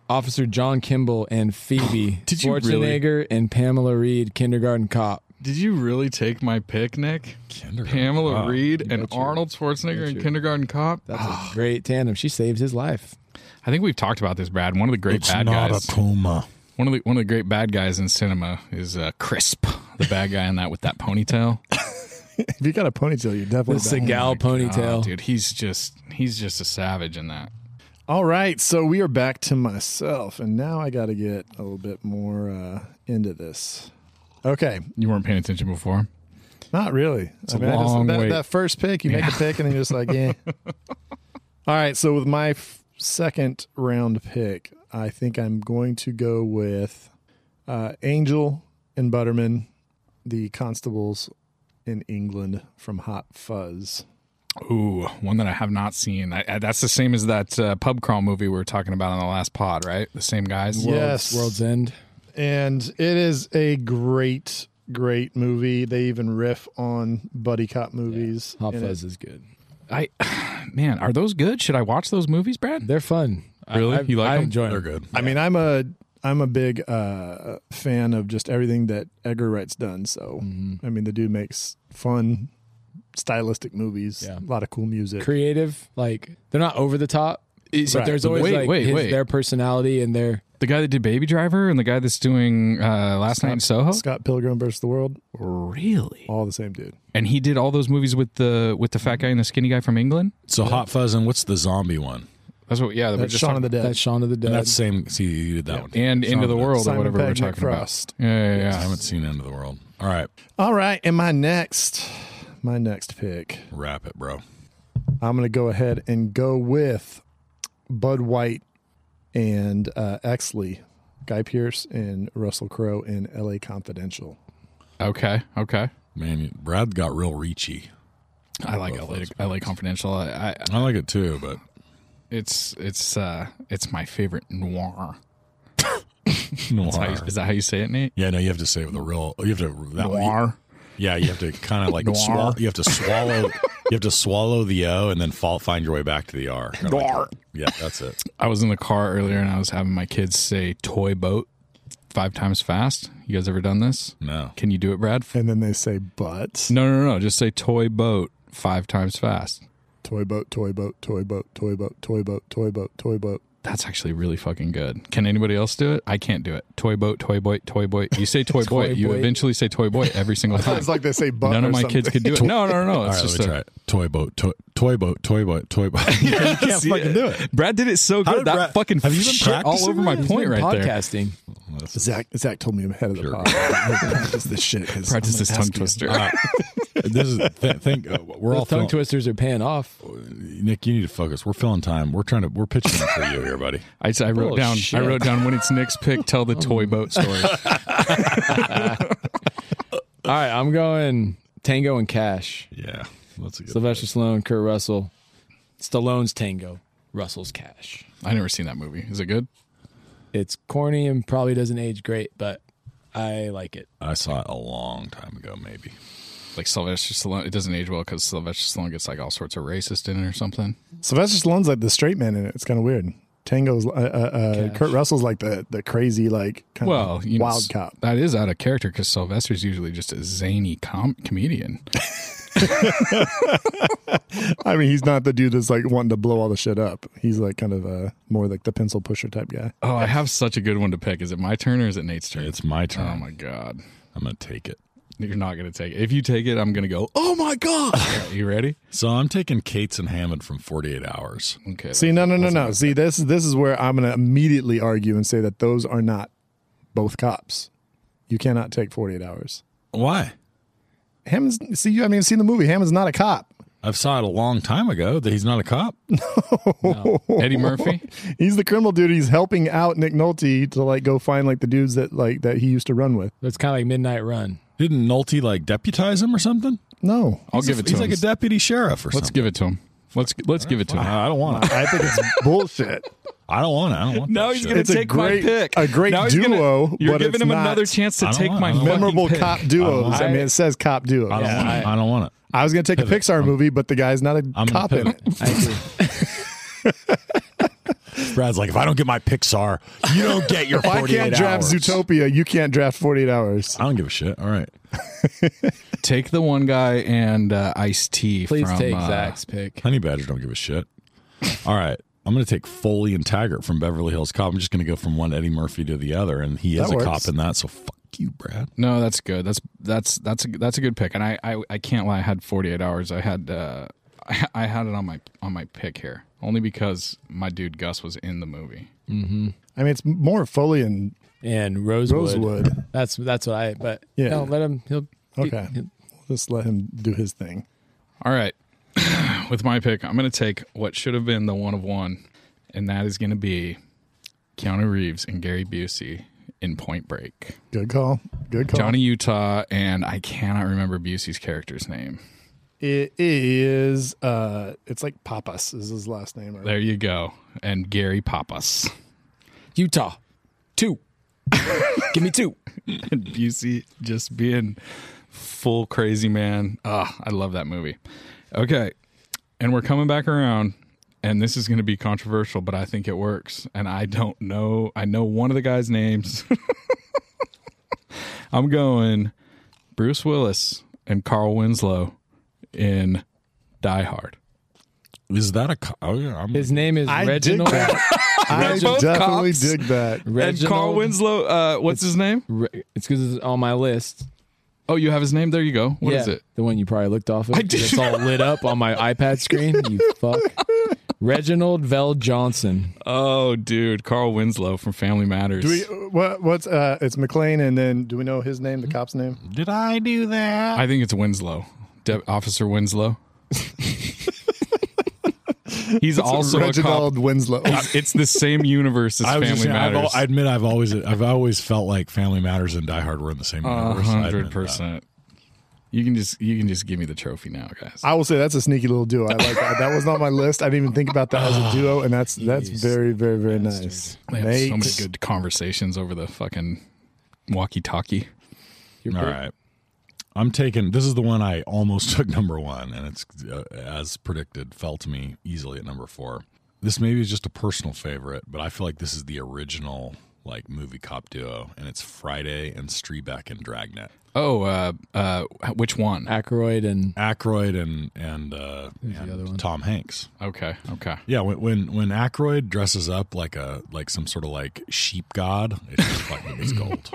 Speaker 3: Officer John Kimball and [gasps] Phoebe
Speaker 1: Did you really?
Speaker 3: Schwarzenegger and Pamela Reed, kindergarten cop.
Speaker 1: did you really take my pick, Nick?
Speaker 5: Kindergarten
Speaker 1: Pamela
Speaker 5: Cop.
Speaker 1: Reed and Arnold Schwarzenegger in Kindergarten Cop.
Speaker 3: That's [sighs] a great tandem. She saves his life.
Speaker 1: I think we've talked about this, Brad. One of the great bad guys.
Speaker 5: coma.
Speaker 1: One of the one of the great bad guys in cinema is uh, Crisp, the bad guy in that with that ponytail.
Speaker 4: If you got a ponytail, you're definitely.
Speaker 3: This
Speaker 4: bad.
Speaker 1: [laughs]
Speaker 3: Seagal
Speaker 1: Oh,
Speaker 3: ponytail.
Speaker 1: dude, he's just he's just a savage in that.
Speaker 4: All right, so we are back to myself, and now I got to get a little bit more uh, into this. Okay,
Speaker 1: You weren't paying attention before.
Speaker 4: Not really. I
Speaker 1: a
Speaker 4: mean, I just-
Speaker 1: long
Speaker 4: that,
Speaker 1: wait.
Speaker 4: that first pick, you make a pick, and then you're just like,
Speaker 1: [laughs]
Speaker 4: yeah. All right. So with my f- second round pick, I think I'm going to go with uh, Angel and Butterman, the constables in England from Hot Fuzz.
Speaker 1: Ooh, one that I have not seen. I, I, that's the same as that uh, pub crawl movie we were talking about on the last pod, right? The same guys.
Speaker 4: Yeah.
Speaker 3: World's,
Speaker 4: Yes.
Speaker 3: World's End.
Speaker 4: and it is a great, great movie. They even riff on buddy cop movies.
Speaker 3: Hot
Speaker 4: in it.
Speaker 3: Fuzz is good.
Speaker 1: I, man, are those good? Should I watch those movies, Brad?
Speaker 3: They're fun.
Speaker 1: Really?
Speaker 3: I, I,
Speaker 1: You like
Speaker 3: I
Speaker 1: them?
Speaker 3: Enjoy
Speaker 5: They're
Speaker 3: them.
Speaker 5: good.
Speaker 4: I mean, I'm a I'm a big uh, fan of just everything that Edgar Wright's done. So,
Speaker 1: Mm-hmm.
Speaker 4: I mean, the dude makes fun, stylistic movies.
Speaker 3: Yeah.
Speaker 4: A lot of cool music.
Speaker 3: Creative. Like they're not over the top. but
Speaker 4: Right.
Speaker 3: there's always
Speaker 1: Wait,
Speaker 3: like
Speaker 1: wait,
Speaker 3: his-
Speaker 1: wait.
Speaker 3: their personality and their
Speaker 1: The guy that did Baby Driver and the guy that's doing uh, Last Night in Soho.
Speaker 4: Scott Pilgrim versus the World,
Speaker 1: Really?
Speaker 4: all the same dude.
Speaker 1: And he did all those movies with the with the fat guy and the skinny guy from England.
Speaker 5: So Hot Fuzz and what's the zombie one?
Speaker 1: That's what. Yeah, that we
Speaker 4: That's
Speaker 1: just
Speaker 4: Shaun of
Speaker 1: talked-
Speaker 4: the Dead.
Speaker 3: that Shaun of the Dead.
Speaker 5: And that's same. See, you did that one.
Speaker 1: and Into the World
Speaker 4: Simon
Speaker 1: or whatever we're
Speaker 4: Pegg, Nick
Speaker 1: talking about.
Speaker 4: Frost.
Speaker 1: Yeah, yeah, yeah.
Speaker 5: I haven't seen End of the World. All right,
Speaker 4: All right, and my next my next pick,
Speaker 5: wrap it, bro.
Speaker 4: I'm going to go ahead and go with Bud White and uh, Exley, Guy Pearce and Russell Crowe in L.A. Confidential.
Speaker 1: Okay, okay.
Speaker 5: Man, you- Brad got real reachy.
Speaker 1: I like
Speaker 5: love
Speaker 1: LA,
Speaker 5: those
Speaker 1: LA Confidential. I, I
Speaker 5: I like it too, but [laughs]
Speaker 1: it's it's uh it's my favorite noir. How you-
Speaker 5: noir.
Speaker 1: Is that how you say it, Nate?
Speaker 5: Yeah, no, you have to say it with a real. You have to that one-
Speaker 1: Noir.
Speaker 5: Yeah, you have to kind of like
Speaker 1: Noir.
Speaker 5: swallow. You have to swallow. You have to swallow the O and then fall, find your way back to the R. Kinda like- yeah, that's it.
Speaker 1: I was in the car earlier and I was having my kids say toy boat five times fast. You guys ever done this?
Speaker 5: No.
Speaker 1: Can you do it, Brad?
Speaker 4: And then they say, but.
Speaker 1: No, no, no. Just say toy boat five times fast.
Speaker 4: Toy boat, toy boat, toy boat, toy boat, toy boat, toy boat, toy boat.
Speaker 1: That's actually really fucking good. Can anybody else do it? I can't do it. Toy boat, toy boy, toy boy. You say toy, boy. You
Speaker 3: boy.
Speaker 1: eventually say toy boy every single time.
Speaker 4: [laughs] It's like they say, but.
Speaker 1: None
Speaker 4: or
Speaker 1: of my
Speaker 4: something.
Speaker 1: kids could [laughs] do it. No, no, no. no.
Speaker 5: All
Speaker 1: It's
Speaker 5: right, let
Speaker 1: just
Speaker 5: me
Speaker 1: a-
Speaker 5: try it. Toy boat, toy, toy boat, toy boat, toy boat. [laughs] you can't
Speaker 1: See,
Speaker 5: fucking do it.
Speaker 1: Brad did it so
Speaker 5: How
Speaker 1: good.
Speaker 5: did
Speaker 1: That
Speaker 5: Brad-
Speaker 1: fucking
Speaker 5: have you been
Speaker 1: shit all
Speaker 5: practicing
Speaker 1: over my
Speaker 5: that?
Speaker 1: point right there. [laughs]
Speaker 3: podcasting.
Speaker 4: [laughs] Zach, Zach told me I'm ahead of the
Speaker 5: Sure.
Speaker 4: pod. Practice this shit. 'cause I'm
Speaker 1: Practice
Speaker 4: gonna
Speaker 1: this
Speaker 4: ask
Speaker 1: tongue
Speaker 4: you.
Speaker 1: twister.
Speaker 5: This is th- think uh, we're all
Speaker 3: Well, tongue
Speaker 5: feeling,
Speaker 3: twisters are paying off.
Speaker 5: Nick. You need to focus. We're filling time. We're trying to. We're pitching it for you here, buddy.
Speaker 1: I, I wrote down.
Speaker 3: Bullshit.
Speaker 1: I wrote down when it's Nick's pick. Tell
Speaker 5: Oh
Speaker 1: the toy boat story.
Speaker 3: All right, I'm going Tango and Cash.
Speaker 5: [laughs] Yeah, that's a good.
Speaker 3: Sylvester Stallone, Kurt Russell, Stallone's Tango, Russell's Cash.
Speaker 1: I never seen that movie. Is it good?
Speaker 3: It's corny and probably doesn't age great, but I like it.
Speaker 5: I saw it a long time ago, maybe.
Speaker 1: Like Sylvester Stallone, it doesn't age well because Sylvester Stallone gets like all sorts of racist in it or something.
Speaker 4: Sylvester Stallone's like the straight man in it. It's kind of weird. Tango's, uh, uh, uh, Kurt Russell's like the, the crazy, like, kind
Speaker 1: Well,
Speaker 4: of
Speaker 1: you know,
Speaker 4: wild
Speaker 1: s-
Speaker 4: cop.
Speaker 1: That is out of character because Sylvester's usually just a zany com- comedian.
Speaker 4: I mean, he's not the dude that's like wanting to blow all the shit up. He's like kind of uh, more like the pencil pusher type guy.
Speaker 1: Oh, I have such a good one to pick. Is it my turn or is it Nate's turn?
Speaker 5: It's my
Speaker 1: oh
Speaker 5: turn.
Speaker 1: my god,
Speaker 5: I'm gonna take it.
Speaker 1: you're not gonna take it. If you take it, I'm gonna go. Oh my god, Alright, you ready?
Speaker 5: [laughs] So I'm taking Cates and Hammond from 48 Hours.
Speaker 1: Okay.
Speaker 4: See, no, no, no, no. See, this this is where I'm going to immediately argue and say that those are not both cops. You cannot take 48 hours.
Speaker 5: Why?
Speaker 4: Hammond's. See, you haven't even seen the movie. Hammond's not a cop.
Speaker 5: I've saw it a long time ago. That he's not a cop.
Speaker 4: [laughs]
Speaker 1: Eddie Murphy.
Speaker 4: He's the criminal dude. He's helping out Nick Nolte to like go find like the dudes that like that he used to run with.
Speaker 3: It's kind of like Midnight Run.
Speaker 5: Didn't Nolte like deputize him or something?
Speaker 4: No,
Speaker 1: I'll give it to
Speaker 5: He's
Speaker 1: him.
Speaker 5: like a deputy sheriff or
Speaker 1: let's
Speaker 5: something.
Speaker 1: give it to him. Let's let's give it to
Speaker 4: Uh,
Speaker 1: him.
Speaker 5: I I don't want it.
Speaker 4: I think
Speaker 5: [laughs]
Speaker 4: it's bullshit.
Speaker 5: I don't want it. I don't want. that shit.
Speaker 4: gonna- It's a take my great- pick. a great Now he's gonna- duo,
Speaker 1: you're
Speaker 4: you're but giving
Speaker 1: giving
Speaker 4: it's him
Speaker 1: him
Speaker 4: not another
Speaker 1: another chance to
Speaker 5: I don't take
Speaker 1: take
Speaker 5: want- my I
Speaker 1: my
Speaker 5: don't want-
Speaker 4: Memorable cop duos. I,
Speaker 3: I-
Speaker 4: mean, it says cop duos.
Speaker 5: I
Speaker 4: I,
Speaker 5: don't want it. I don't want it.
Speaker 4: was going to take a picture movie, but the guy's not a
Speaker 5: I'm gonna
Speaker 4: cop in
Speaker 5: pivot.
Speaker 3: [laughs]
Speaker 4: it.
Speaker 3: I agree.
Speaker 5: Brad's like, if I don't get my Pixar, you don't
Speaker 1: [laughs]
Speaker 5: get your
Speaker 4: If I
Speaker 5: 48
Speaker 4: can't draft
Speaker 5: hours.
Speaker 4: Zootopia, you can't draft 48 hours.
Speaker 5: I don't give a shit. All right.
Speaker 1: Take the one guy and uh, Ice T.
Speaker 3: Please
Speaker 1: from,
Speaker 3: take
Speaker 1: uh,
Speaker 3: Zach's pick.
Speaker 5: Honey Badger don't give a shit. All right. I'm going to take Foley and Taggart from Beverly Hills Cop. I'm just going to go from one Eddie Murphy to the other, and he is
Speaker 4: That
Speaker 5: a
Speaker 4: works.
Speaker 5: cop in that. So fuck you, Brad.
Speaker 1: No, that's good. That's that's that's a, that's a good pick. And I, I I can't lie. I had 48 hours. I had uh, [laughs] I, I had it on my on my pick here only because my dude Gus was in the movie.
Speaker 4: I mean, it's more Foley and
Speaker 3: And Rosewood.
Speaker 4: Rosewood.
Speaker 3: That's that's what I. But
Speaker 4: Yeah.
Speaker 3: yeah. no, let him. He'll.
Speaker 4: Okay.
Speaker 3: he-
Speaker 4: We'll just let him do his thing.
Speaker 1: All right, [clears throat] with my pick, I'm going to take what should have been the one of one, and that is going to be Keanu Reeves and Gary Busey in Point Break.
Speaker 4: Good call. Good call.
Speaker 1: Johnny Utah, and I cannot remember Busey's character's name.
Speaker 4: It is. Uh, it's like Papas is his last name. Or,
Speaker 1: There you go. And Gary Papas.
Speaker 3: Utah, two. Give me two.
Speaker 1: And [laughs] Busey just being full crazy man. Ah, I love that movie. Okay. And we're coming back around, and this is going to be controversial, but I think it works. And I don't know. I know one of the guys' names. [laughs] I'm going Bruce Willis and Carl Winslow in Die Hard.
Speaker 5: Is that a cop? Oh, yeah, I'm,
Speaker 3: His name is
Speaker 4: I dig
Speaker 3: Reginald.
Speaker 4: that.
Speaker 1: [laughs]
Speaker 4: I
Speaker 1: both
Speaker 4: definitely
Speaker 1: cops.
Speaker 4: dig
Speaker 1: And
Speaker 4: that.
Speaker 1: Carl
Speaker 3: Reginald-
Speaker 1: Winslow, uh, what's his name?
Speaker 3: Re- it's because it's on my list.
Speaker 1: Oh, you have his name? There you go. What
Speaker 3: Yeah,
Speaker 1: is it?
Speaker 3: The one you probably looked off of.
Speaker 1: I did
Speaker 3: It's all lit up on my iPad screen. You fuck. Reginald Vell Johnson.
Speaker 1: Oh, dude, Carl Winslow from Family Matters.
Speaker 4: Do we? What? What's? Uh, it's McLean, and then do we know his name? The cop's name?
Speaker 5: did I do that?
Speaker 1: I think it's Winslow, De- Officer
Speaker 5: [laughs]
Speaker 1: Winslow. He's also a cop.
Speaker 4: Reginald Winslow.
Speaker 1: It's the same universe as
Speaker 5: I,
Speaker 1: Family
Speaker 5: was just saying, I've,
Speaker 1: Matters.
Speaker 5: al- I admit I've always I've always felt like Family Matters and Die Hard were in the same
Speaker 1: A
Speaker 5: universe. I admit
Speaker 1: hundred
Speaker 5: that.
Speaker 1: percent. You can just you can just give me the trophy now, guys.
Speaker 4: I will say that's a sneaky little duo. I like that. That was not my list. I didn't even think about that as a duo, and that's that's very, very, very nice.
Speaker 1: They have
Speaker 4: Nate,
Speaker 1: so many good conversations over the fucking walkie-talkie.
Speaker 3: Your
Speaker 5: All
Speaker 3: pick.
Speaker 5: right. I'm taking this is the one I almost [laughs] took number one, and it's uh, as predicted fell to me easily at number four. This maybe is just a personal favorite, but I feel like this is the original like movie cop duo, and it's Friday and Strebeck and Dragnet,
Speaker 1: Oh, uh, uh, which one?
Speaker 3: Ackroyd and
Speaker 5: Aykroyd and and, uh, and Tom Hanks.
Speaker 1: Okay, okay.
Speaker 5: Yeah, when when when Aykroyd dresses up like a like some sort of like sheep god,
Speaker 4: [laughs]
Speaker 5: it's just fucking it's gold.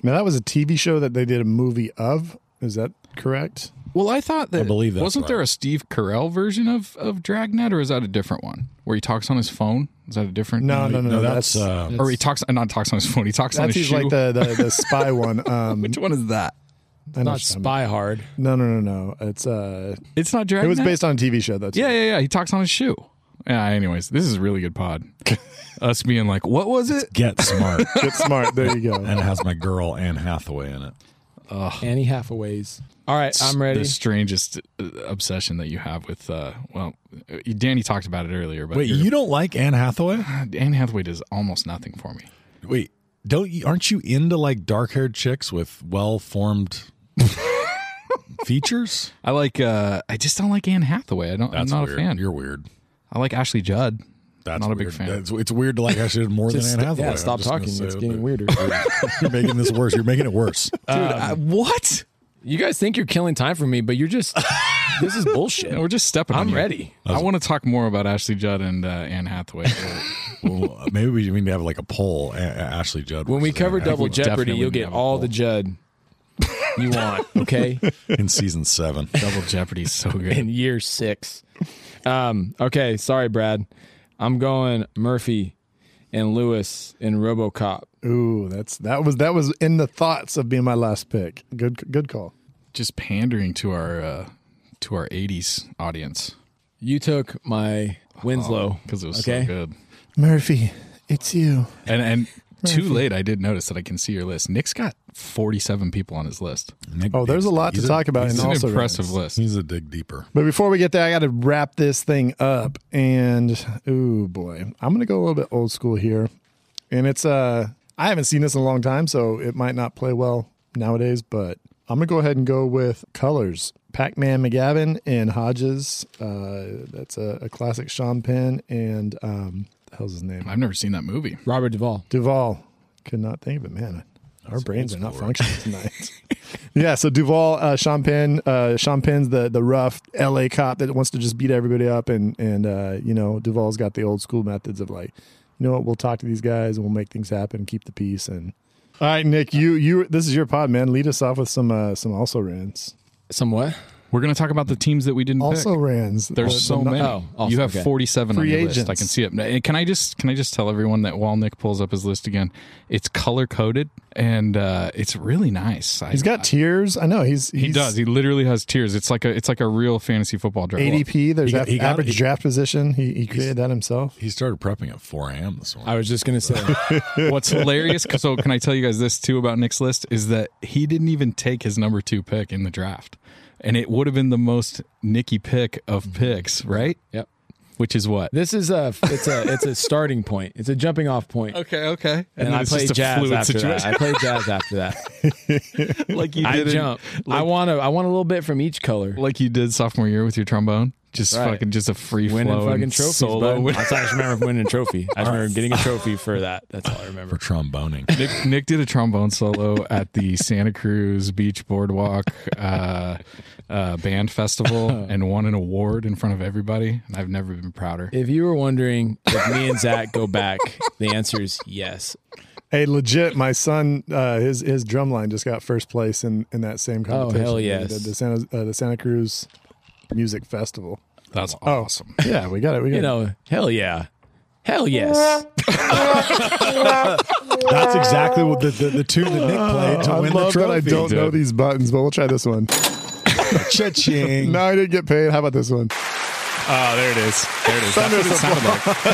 Speaker 4: Now that was a TV show that they did a movie of. Is that correct?
Speaker 1: Well, I thought that
Speaker 5: believe that's
Speaker 1: wasn't there
Speaker 5: right.
Speaker 1: a Steve Carell version of of Dragnet, or is that a different one where he talks on his phone? Is that a different?
Speaker 4: No, no, no,
Speaker 5: No,
Speaker 4: that's
Speaker 5: that's
Speaker 4: that's, [laughs]
Speaker 5: uh,
Speaker 1: or he talks uh, not talks on his phone. He talks on his
Speaker 4: he's
Speaker 1: shoe.
Speaker 4: like the, the the [laughs] spy one. Um,
Speaker 1: which one is that?
Speaker 4: I know
Speaker 3: not
Speaker 4: some-
Speaker 3: Spy Hard.
Speaker 4: No, no, no, no. It's uh,
Speaker 1: It's not Dragnet.
Speaker 4: it was based on a TV show. That's
Speaker 1: Yeah, yeah, yeah. He talks on his shoe. Yeah. Anyways, this is a really good pod. [laughs] Us being like, what was it?
Speaker 5: get smart,
Speaker 4: Get smart. There you [laughs] go.
Speaker 5: and it has my girl Anne Hathaway in it.
Speaker 3: Annie Hathaways. All right, I'm ready.
Speaker 1: The strangest uh, obsession that you have with, uh, well, uh, Danny talked about it earlier, but
Speaker 5: Wait,
Speaker 1: you're-
Speaker 5: you don't like Anne Hathaway?
Speaker 1: Anne Hathaway does almost nothing for me.
Speaker 5: Wait, don't you, aren't you into like dark haired chicks with well formed features?
Speaker 1: I like, uh, I just don't like Anne Hathaway. I don't.
Speaker 5: That's
Speaker 1: I'm not
Speaker 5: weird.
Speaker 1: a fan.
Speaker 5: You're weird.
Speaker 1: I like Ashley Judd.
Speaker 5: That's
Speaker 1: Not a
Speaker 5: weird.
Speaker 1: big fan.
Speaker 5: That's- it's weird to like actually more than
Speaker 3: Just
Speaker 5: Anne
Speaker 3: st-
Speaker 5: Hathaway.
Speaker 3: yeah,
Speaker 5: I'm
Speaker 3: stop
Speaker 5: just gonna
Speaker 3: talking.
Speaker 5: say
Speaker 3: It's
Speaker 5: it,
Speaker 3: getting
Speaker 5: but
Speaker 3: weirder.
Speaker 5: You're making this worse. You're making it worse.
Speaker 1: Dude,
Speaker 4: Um,
Speaker 1: I- Uh, what?
Speaker 3: you guys think you're killing time for me, but you're just this is
Speaker 1: [laughs]
Speaker 3: bullshit.
Speaker 1: No, we're just stepping. on
Speaker 3: I'm
Speaker 1: you.
Speaker 3: ready.
Speaker 1: I want to talk more about Ashley Judd and uh, Anne Hathaway. [laughs]
Speaker 5: well, maybe we need to have like a poll. A- A- Ashley Judd.
Speaker 3: When we
Speaker 5: versus Anne
Speaker 3: cover Double
Speaker 5: Hathaway
Speaker 3: Jeopardy,
Speaker 1: definitely
Speaker 3: you'll
Speaker 1: have
Speaker 3: get
Speaker 1: a
Speaker 3: all
Speaker 1: poll.
Speaker 3: the Judd you want, okay?
Speaker 5: in season seven.
Speaker 1: Double Jeopardy's so
Speaker 3: In
Speaker 1: good.
Speaker 3: year six. Um, okay, sorry, Brad. I'm going Murphy and Lewis in RoboCop.
Speaker 4: Ooh, that's that was that was in the thoughts of being my last pick. Good, good call.
Speaker 1: Just pandering to our uh, to our '80s audience
Speaker 3: You took my
Speaker 4: Oh,
Speaker 3: Winslow
Speaker 1: because Oh, it was
Speaker 3: Okay.
Speaker 1: so good.
Speaker 4: Murphy, it's you.
Speaker 1: And and too late, I did notice that I can see your list. Nick's got 47 people on his list.
Speaker 5: Nick
Speaker 4: Oh, there's a
Speaker 5: digs-
Speaker 4: lot to
Speaker 5: he's
Speaker 4: talk about.
Speaker 1: It's
Speaker 4: and
Speaker 1: an
Speaker 4: also
Speaker 1: impressive
Speaker 4: Ryan's.
Speaker 1: list.
Speaker 5: He's a dig deeper.
Speaker 4: But before we get there, I got to wrap this thing up. And ooh boy, I'm gonna go a little bit old school here. And it's uh, I haven't seen this in a long time, so it might not play well nowadays. But I'm gonna go ahead and go with Colors. Pac-Man McGavin and Hodges. Uh, that's a, a classic Sean Penn and um, the hell's his name?
Speaker 1: I've never seen that movie.
Speaker 3: Robert Duvall.
Speaker 4: Duval. Could not think of it, man. Our brains are not functioning tonight. [laughs] yeah, so Duval, uh, Sean Penn, uh, Sean Penn's the the rough L.A. cop that wants to just beat everybody up, and and uh, you know Duval's got the old school methods of like, you know what, we'll talk to these guys and we'll make things happen, keep the peace, and. All right, Nick, you you this is your pod, man. Lead us off with some uh, some also rans.
Speaker 3: Somewhat.
Speaker 1: We're going to talk about the teams that we didn't
Speaker 4: Also
Speaker 1: pick.
Speaker 4: rans.
Speaker 1: There's
Speaker 4: The-
Speaker 1: so
Speaker 4: the-
Speaker 1: many.
Speaker 3: oh, also,
Speaker 1: you have
Speaker 3: okay.
Speaker 1: 47 on
Speaker 4: Free
Speaker 1: your list. I
Speaker 4: agents.
Speaker 1: can see it. And can I just can I just tell everyone that while Nick pulls up his list again, it's color coded and uh, it's really nice. I-
Speaker 4: He's got tears. I know he's, he's
Speaker 1: he does. He literally has tears. It's like a it's like a real fantasy football draft.
Speaker 4: ADP. There's
Speaker 5: He got-
Speaker 4: a-
Speaker 5: he got-
Speaker 4: average
Speaker 5: he-
Speaker 4: draft position. He he created that himself.
Speaker 5: He started prepping at 4 a.m. this morning.
Speaker 3: I was just
Speaker 1: [laughs]
Speaker 3: gonna say
Speaker 1: What's [laughs] hilarious? So can I tell you guys this too about Nick's list is that he didn't even take his number two pick in the draft, and it would have been the most Nicky pick of picks, right?
Speaker 3: Yep.
Speaker 1: Which is what?
Speaker 3: This is a it's a it's a starting point. It's a jumping off point.
Speaker 1: Okay, okay.
Speaker 3: And,
Speaker 1: then
Speaker 3: I
Speaker 1: it's
Speaker 3: play
Speaker 1: just a
Speaker 3: jazz
Speaker 1: fluid
Speaker 3: after that. [laughs]
Speaker 1: situation.
Speaker 3: I play jazz after that.
Speaker 1: like [laughs] you
Speaker 3: I
Speaker 1: did. in-
Speaker 3: jump. I
Speaker 1: like-
Speaker 3: want to. I want a little bit from each color.
Speaker 1: like you did sophomore year with your trombone. Just
Speaker 3: That's right.
Speaker 1: fucking just a free
Speaker 3: Winning
Speaker 1: flow
Speaker 3: fucking
Speaker 1: and
Speaker 3: trophies,
Speaker 1: solo. [laughs]
Speaker 3: bud. That's all I just remember winning a trophy. I just remember getting a trophy for that. That's all I
Speaker 5: for
Speaker 3: remember.
Speaker 5: tromboning.
Speaker 1: Nick, Nick did a trombone solo at the Santa Cruz Beach Boardwalk uh, uh, Band [laughs] Festival and won an award in front of everybody. And I've never been prouder.
Speaker 3: If you were wondering if me and Zach go back, the answer is yes.
Speaker 4: Hey, legit, my son, uh, his his drum line just got first place in, in that same competition.
Speaker 3: Oh, hell
Speaker 4: They
Speaker 3: yes.
Speaker 4: did The, Santa uh, the Santa Cruz Music Festival.
Speaker 1: That's awesome.
Speaker 4: [laughs] Yeah, we got it. We got
Speaker 3: You
Speaker 4: it.
Speaker 3: know, hell yeah, hell yes.
Speaker 5: That's exactly what the, the, the tune that Nick played to
Speaker 4: I
Speaker 5: win the
Speaker 4: love that
Speaker 5: trophy.
Speaker 4: I don't know these buttons, but we'll try this [laughs] one. [laughs]
Speaker 5: Cha-ching.
Speaker 4: No, I didn't get paid. How about this one?
Speaker 1: Oh, there it is. There it is. That's what it sounded like. [laughs]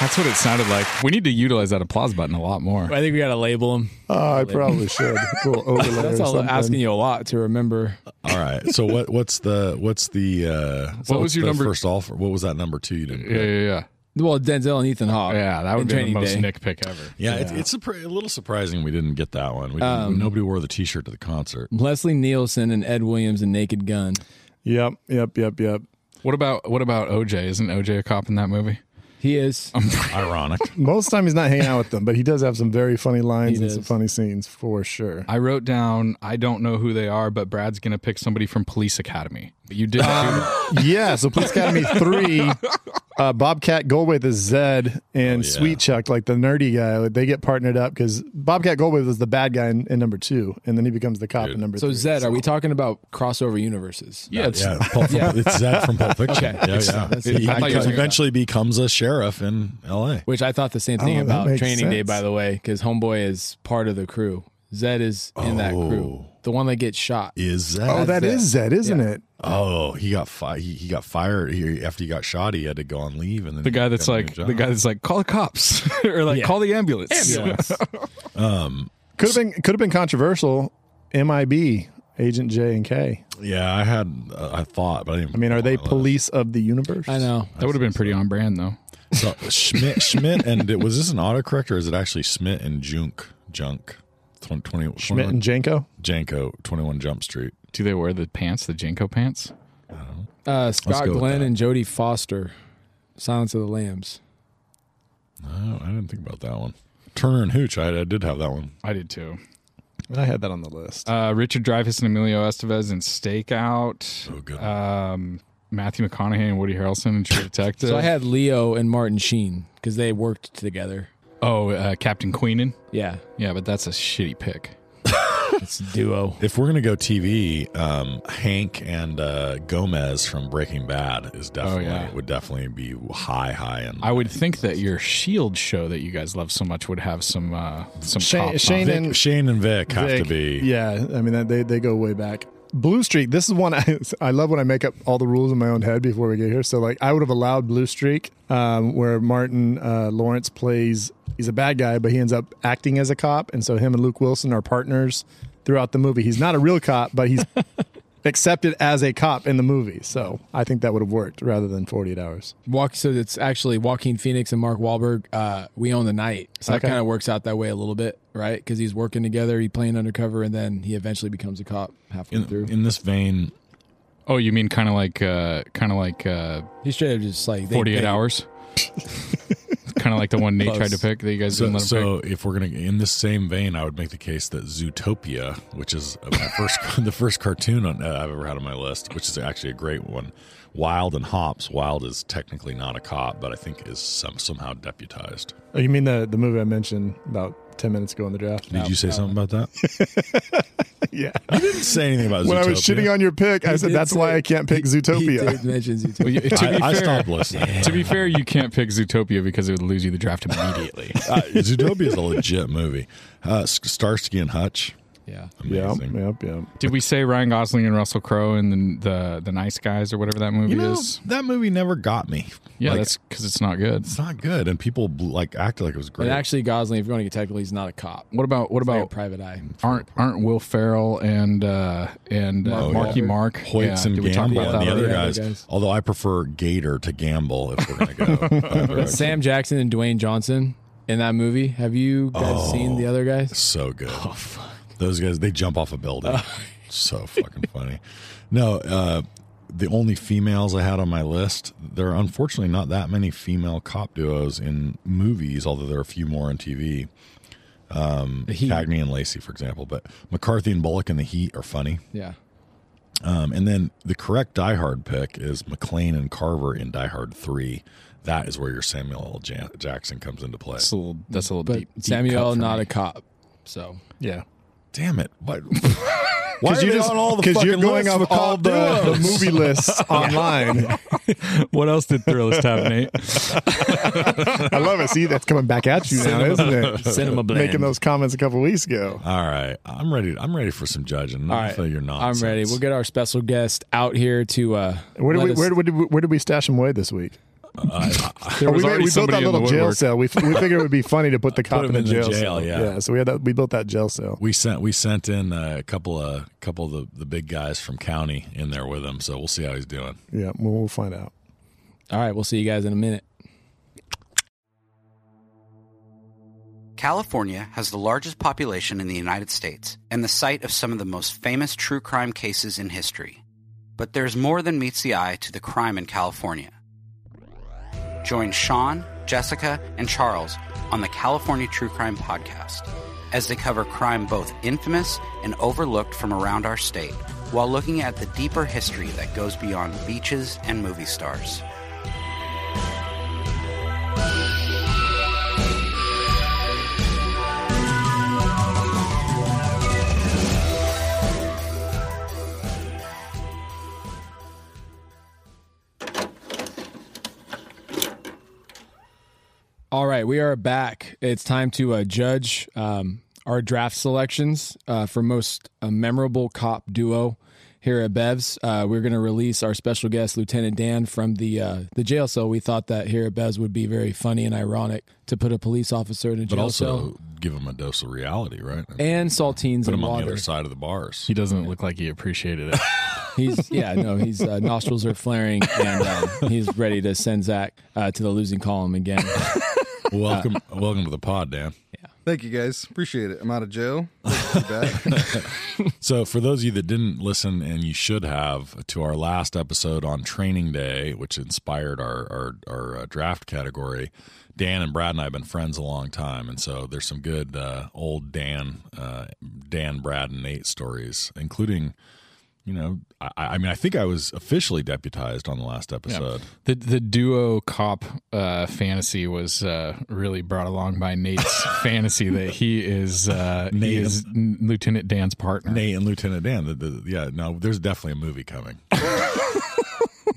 Speaker 1: That's what it sounded like. We need to utilize that applause button a lot more.
Speaker 3: I think we got to label them.
Speaker 4: Oh, I probably should. A little overlay
Speaker 3: [laughs] That's
Speaker 4: or
Speaker 3: all
Speaker 4: something.
Speaker 3: asking you a lot to remember.
Speaker 5: All right. So what what's the what's the uh
Speaker 1: What was your
Speaker 5: the
Speaker 1: number-
Speaker 5: first offer? What was that number two you didn't
Speaker 1: Yeah, yeah, yeah.
Speaker 3: Well, Denzel and Ethan Hawke.
Speaker 1: Yeah, that
Speaker 3: in
Speaker 1: would be the
Speaker 3: Training
Speaker 1: most
Speaker 3: Day.
Speaker 1: Nick pick ever.
Speaker 5: Yeah, It's, it's a, pr- a little surprising we didn't get that one. We didn't-
Speaker 1: Um,
Speaker 5: nobody wore the T-shirt to the concert.
Speaker 3: Leslie Nielsen and Ed Williams in Naked Gun.
Speaker 4: Yep, yep, yep, yep.
Speaker 1: What about what about OJ? Isn't OJ a cop in that movie?
Speaker 3: He is.
Speaker 1: [laughs]
Speaker 5: Ironic.
Speaker 4: Most of the time he's not hanging out with them, but he does have some very funny lines
Speaker 3: He
Speaker 4: and some
Speaker 3: does.
Speaker 4: funny scenes for sure.
Speaker 1: I wrote down I don't know who they are, but Brad's gonna pick somebody from Police Academy. But you didn't do that.
Speaker 4: yeah, so Police Academy [laughs] 3, uh, Bobcat Goldthwait is Zed, and
Speaker 5: yeah.
Speaker 4: Sweet Chuck, like the nerdy guy, like, they get partnered up because Bobcat Goldthwait was the bad guy in, in number two, and then he becomes the cop in number
Speaker 3: So
Speaker 4: three.
Speaker 3: Zed, are we talking about crossover universes?
Speaker 5: Yeah,
Speaker 1: [laughs]
Speaker 5: it's, yeah, Pulp- it's Zed from Pulp Fiction. Yeah, yeah. He
Speaker 1: I thought you were-
Speaker 5: eventually becomes a sheriff in L.A.
Speaker 3: Which I thought the same thing
Speaker 4: Oh, that
Speaker 3: about
Speaker 4: makes
Speaker 3: Training Day,
Speaker 4: sense.
Speaker 3: by the way, because Homeboy is part of the crew. Zed is in that crew,
Speaker 5: Oh.
Speaker 3: the one that gets shot.
Speaker 5: Is Zed?
Speaker 4: Oh, that is Zed, isn't
Speaker 3: Yeah.
Speaker 4: it?
Speaker 5: Oh, he got fi- he, he got fired. He, after he got shot, he had to go on leave. And then
Speaker 1: the
Speaker 5: he
Speaker 1: guy
Speaker 5: got
Speaker 1: that's
Speaker 5: a new
Speaker 1: like
Speaker 5: job.
Speaker 1: the guy that's like call the cops [laughs] or like
Speaker 3: Yeah.
Speaker 1: call the ambulance.
Speaker 4: Could have been could have been controversial. MIB, Agent J and K.
Speaker 5: Yeah, I had uh, I thought, but I didn't.
Speaker 4: I mean, are they
Speaker 5: put it on my
Speaker 4: police of the universe?
Speaker 3: I know.
Speaker 1: That would have been pretty on brand though.
Speaker 5: list. So, Schmidt, Schmidt, and it- was this an autocorrect or is it actually Schmidt and Junk Junk? 20, 20,
Speaker 4: Schmidt and Janko.
Speaker 5: Janko, Twenty One Jump Street.
Speaker 1: Do they wear the pants, the Jinko pants?
Speaker 3: Uh, Scott
Speaker 5: go with
Speaker 3: Glenn
Speaker 5: that.
Speaker 3: and Jodie Foster, Silence of the Lambs.
Speaker 5: Oh, I didn't think about that one. Turner and Hooch. I, I did have that one.
Speaker 1: I did too.
Speaker 4: I had that on the list.
Speaker 1: Uh, Richard Dreyfuss and Emilio Estevez in Stakeout.
Speaker 5: Oh, good.
Speaker 4: Uh,
Speaker 1: Um, Matthew McConaughey and Woody Harrelson in True Detective.
Speaker 3: So I had Leo and Martin Sheen because they worked together.
Speaker 1: oh uh, Captain Queenan.
Speaker 3: Yeah,
Speaker 1: Yeah, but that's a shitty pick.
Speaker 3: it's a duo.
Speaker 5: If we're gonna go TV, um, Hank and uh, Gomez from Breaking Bad is
Speaker 4: Oh,
Speaker 5: definitely
Speaker 1: yeah.
Speaker 5: would definitely be high high and
Speaker 1: I would think that your Shield E show that you guys love so much would have some uh, some
Speaker 4: Shane-
Speaker 1: top
Speaker 4: Shane
Speaker 1: five.
Speaker 4: and-
Speaker 5: Shane and Vic have
Speaker 4: Vic,
Speaker 5: to be.
Speaker 4: Yeah, I mean that, they they go way back. Blue Streak. This is one I, [laughs] I love when I make up all the rules in my own head before we get here. So like I would have allowed Blue Streak, um, where Martin uh, Lawrence plays he's a bad guy, but he ends up acting as a cop, and so him and Luke Wilson are partners throughout the movie. He's not a real cop, but he's accepted as a cop in the movie. So I think that would have worked rather than Forty Eight Hours.
Speaker 3: Walk. So it's actually Joaquin Phoenix and Mark Wahlberg. Uh, we own the night. So that
Speaker 4: Okay.
Speaker 3: kind of works out that way a little bit, right? Because he's working together, he playing undercover, and then he eventually becomes a cop halfway
Speaker 5: In,
Speaker 3: through.
Speaker 5: in this vein,
Speaker 1: Oh, you mean kind of like uh, kind of like uh,
Speaker 3: He's straight up just like they-
Speaker 1: Forty Eight
Speaker 3: they-
Speaker 1: Hours. kind of like the one Nate tried to
Speaker 3: Close.
Speaker 1: pick that you guys didn't
Speaker 5: so,
Speaker 1: let him pick.
Speaker 5: so if we're gonna in this same vein, I would make the case that Zootopia, which is uh, my first [laughs] the first cartoon on, uh, I've ever had on my list, which is actually a great one. Wild and Hops. Wild is technically not a cop, but I think is some, somehow deputized.
Speaker 4: Oh, you mean the the movie I mentioned about ten minutes ago in the draft? [laughs]
Speaker 5: Did you say something about [laughs] that?
Speaker 4: Yeah.
Speaker 5: I didn't say anything about
Speaker 4: When I was
Speaker 5: Zootopia.
Speaker 4: shitting on your pick, I said
Speaker 3: did
Speaker 4: that's
Speaker 3: say-
Speaker 4: why I can't
Speaker 3: [laughs]
Speaker 4: pick
Speaker 3: He [laughs]
Speaker 4: Zootopia.
Speaker 3: did mention Zootopia.
Speaker 5: [laughs]
Speaker 1: Well, you- to be
Speaker 5: I, I
Speaker 1: fair,
Speaker 5: stopped listening. [laughs]
Speaker 1: to be fair, you can't pick Zootopia because it would lose you the draft immediately.
Speaker 5: uh, Zootopia is a legit movie. Uh, S- Starsky and Hutch.
Speaker 3: yeah.
Speaker 4: Yep,
Speaker 5: Amazing.
Speaker 4: yep, yep.
Speaker 1: Did we say Ryan Gosling and Russell Crowe and the the, the Nice Guys or whatever that movie
Speaker 5: You know,
Speaker 1: is?
Speaker 5: that movie never got me.
Speaker 1: Yeah,
Speaker 5: Like,
Speaker 1: that's because it's not good.
Speaker 5: it's not good. And people bl- like acted like it was great.
Speaker 3: And actually, Gosling, if you're going to get technical, he's not a cop.
Speaker 1: What about what
Speaker 3: Like a
Speaker 1: about
Speaker 3: private eye.
Speaker 1: aren't aren't Will Ferrell and uh, and uh,
Speaker 3: Mark
Speaker 1: Marky
Speaker 3: Wahlberg.
Speaker 1: Mark
Speaker 5: Hoyts
Speaker 1: yeah,
Speaker 5: and
Speaker 1: did we talk
Speaker 5: Gamble
Speaker 1: about
Speaker 5: and
Speaker 1: that
Speaker 5: the other
Speaker 1: already?
Speaker 3: Yeah,
Speaker 5: guys.
Speaker 3: the guys.
Speaker 5: Although I prefer Gator to Gamble if we're
Speaker 1: [laughs]
Speaker 5: going to go. other direction.
Speaker 3: Sam Jackson and Dwayne Johnson in that movie. Have you guys
Speaker 5: Oh.
Speaker 3: seen the other guys?
Speaker 5: so good.
Speaker 1: Oh,
Speaker 5: Those guys, they jump off a building. so fucking funny. No, uh, the only females I had on my list, there are unfortunately not that many female cop duos in movies, although there are a few more on TV.
Speaker 3: He,
Speaker 5: Cagney and Lacey, for example. But McCarthy and Bullock in the Heat are funny.
Speaker 3: yeah.
Speaker 5: Um, and then the correct Die Hard pick is McClane and Carver in Die Hard 3. That is where your Samuel L. Jan- Jackson comes into play.
Speaker 1: That's a little that's a little
Speaker 3: But
Speaker 1: deep. deep cut
Speaker 3: Samuel,
Speaker 1: for
Speaker 3: not
Speaker 1: me.
Speaker 3: a cop. So
Speaker 4: Yeah.
Speaker 5: Damn it. Why, [laughs] why are
Speaker 4: you
Speaker 5: they
Speaker 4: just-
Speaker 5: on all the
Speaker 4: 'cause
Speaker 5: fucking
Speaker 4: you're going
Speaker 5: lists
Speaker 4: off
Speaker 5: with
Speaker 4: all
Speaker 5: cop
Speaker 4: the, the
Speaker 5: duos?
Speaker 4: movie
Speaker 5: [laughs]
Speaker 4: lists online.
Speaker 1: What else did Thrillist have, Nate?
Speaker 4: [laughs] I love it. See, that's coming back at you now, isn't it? [laughs]
Speaker 3: cinema
Speaker 4: Making those comments a couple weeks ago.
Speaker 5: All right, I'm ready. I'm ready for some judging. All right, you're not.
Speaker 3: I'm ready. We'll get our special guest out here to. Uh,
Speaker 4: Where did
Speaker 3: let
Speaker 4: we
Speaker 3: us-
Speaker 4: where, did we where did we stash them away this week?
Speaker 1: [laughs]
Speaker 4: Oh,
Speaker 1: There
Speaker 4: we
Speaker 1: was
Speaker 4: made-
Speaker 1: already
Speaker 4: we built
Speaker 1: somebody
Speaker 4: that
Speaker 1: in the
Speaker 4: little jail
Speaker 1: woodwork.
Speaker 4: cell. We, f- [laughs] we figured it would be funny to put the cop
Speaker 5: him
Speaker 4: in the
Speaker 5: in the
Speaker 4: jail,
Speaker 5: jail,
Speaker 4: cell.
Speaker 5: yeah.
Speaker 4: So we had that. We built that jail cell.
Speaker 5: We sent we sent in uh, a couple of couple of the, the big guys from county in there with him, so we'll see how he's doing.
Speaker 4: Yeah. We'll, we'll find out.
Speaker 3: All right. We'll see you guys in a minute.
Speaker 6: California has the largest population in the United States and the site of some of the most famous true crime cases in history. But there's more than meets the eye to the crime in California. Join Sean, Jessica, and Charles on the California True Crime Podcast as they cover crime both infamous and overlooked from around our state while looking at the deeper history that goes beyond beaches and movie stars.
Speaker 3: All right, we are back. It's time to uh, judge um, our draft selections uh, for most uh, memorable cop duo here at Bev's. Uh, we're going to release our special guest, Lieutenant Dan, from the uh, the jail cell. We thought that here at Bev's would be very funny and ironic to put a police officer in a jail
Speaker 5: But also
Speaker 3: cell
Speaker 5: give him a dose of reality, right? And
Speaker 3: and saltines
Speaker 5: Put
Speaker 3: and
Speaker 5: him on the
Speaker 3: water.
Speaker 5: other side of the bars.
Speaker 1: He doesn't look like he appreciated it.
Speaker 3: He's yeah, no, his uh, nostrils are flaring and um, he's ready to send Zach uh, to the losing column again.
Speaker 5: Welcome, welcome to the pod, Dan.
Speaker 7: Thank you guys. Appreciate it. I'm out of jail. Good to be back.
Speaker 5: So, for those of you that didn't listen, and you should have, to our last episode on Training Day, which inspired our our, our uh, draft category, Dan and Brad and I have been friends a long time, and so there's some good uh, old Dan, uh, Dan, Brad, and Nate stories, including, you know, I, I mean, I think I was officially deputized on the last episode.
Speaker 1: The the duo cop uh, fantasy was uh, really brought along by
Speaker 5: [laughs]
Speaker 1: Nate's fantasy that he is uh, he
Speaker 5: Nate.
Speaker 1: is N- Lieutenant Dan's partner.
Speaker 5: Nate and Lieutenant Dan, the, the, yeah, no, there's definitely a movie coming.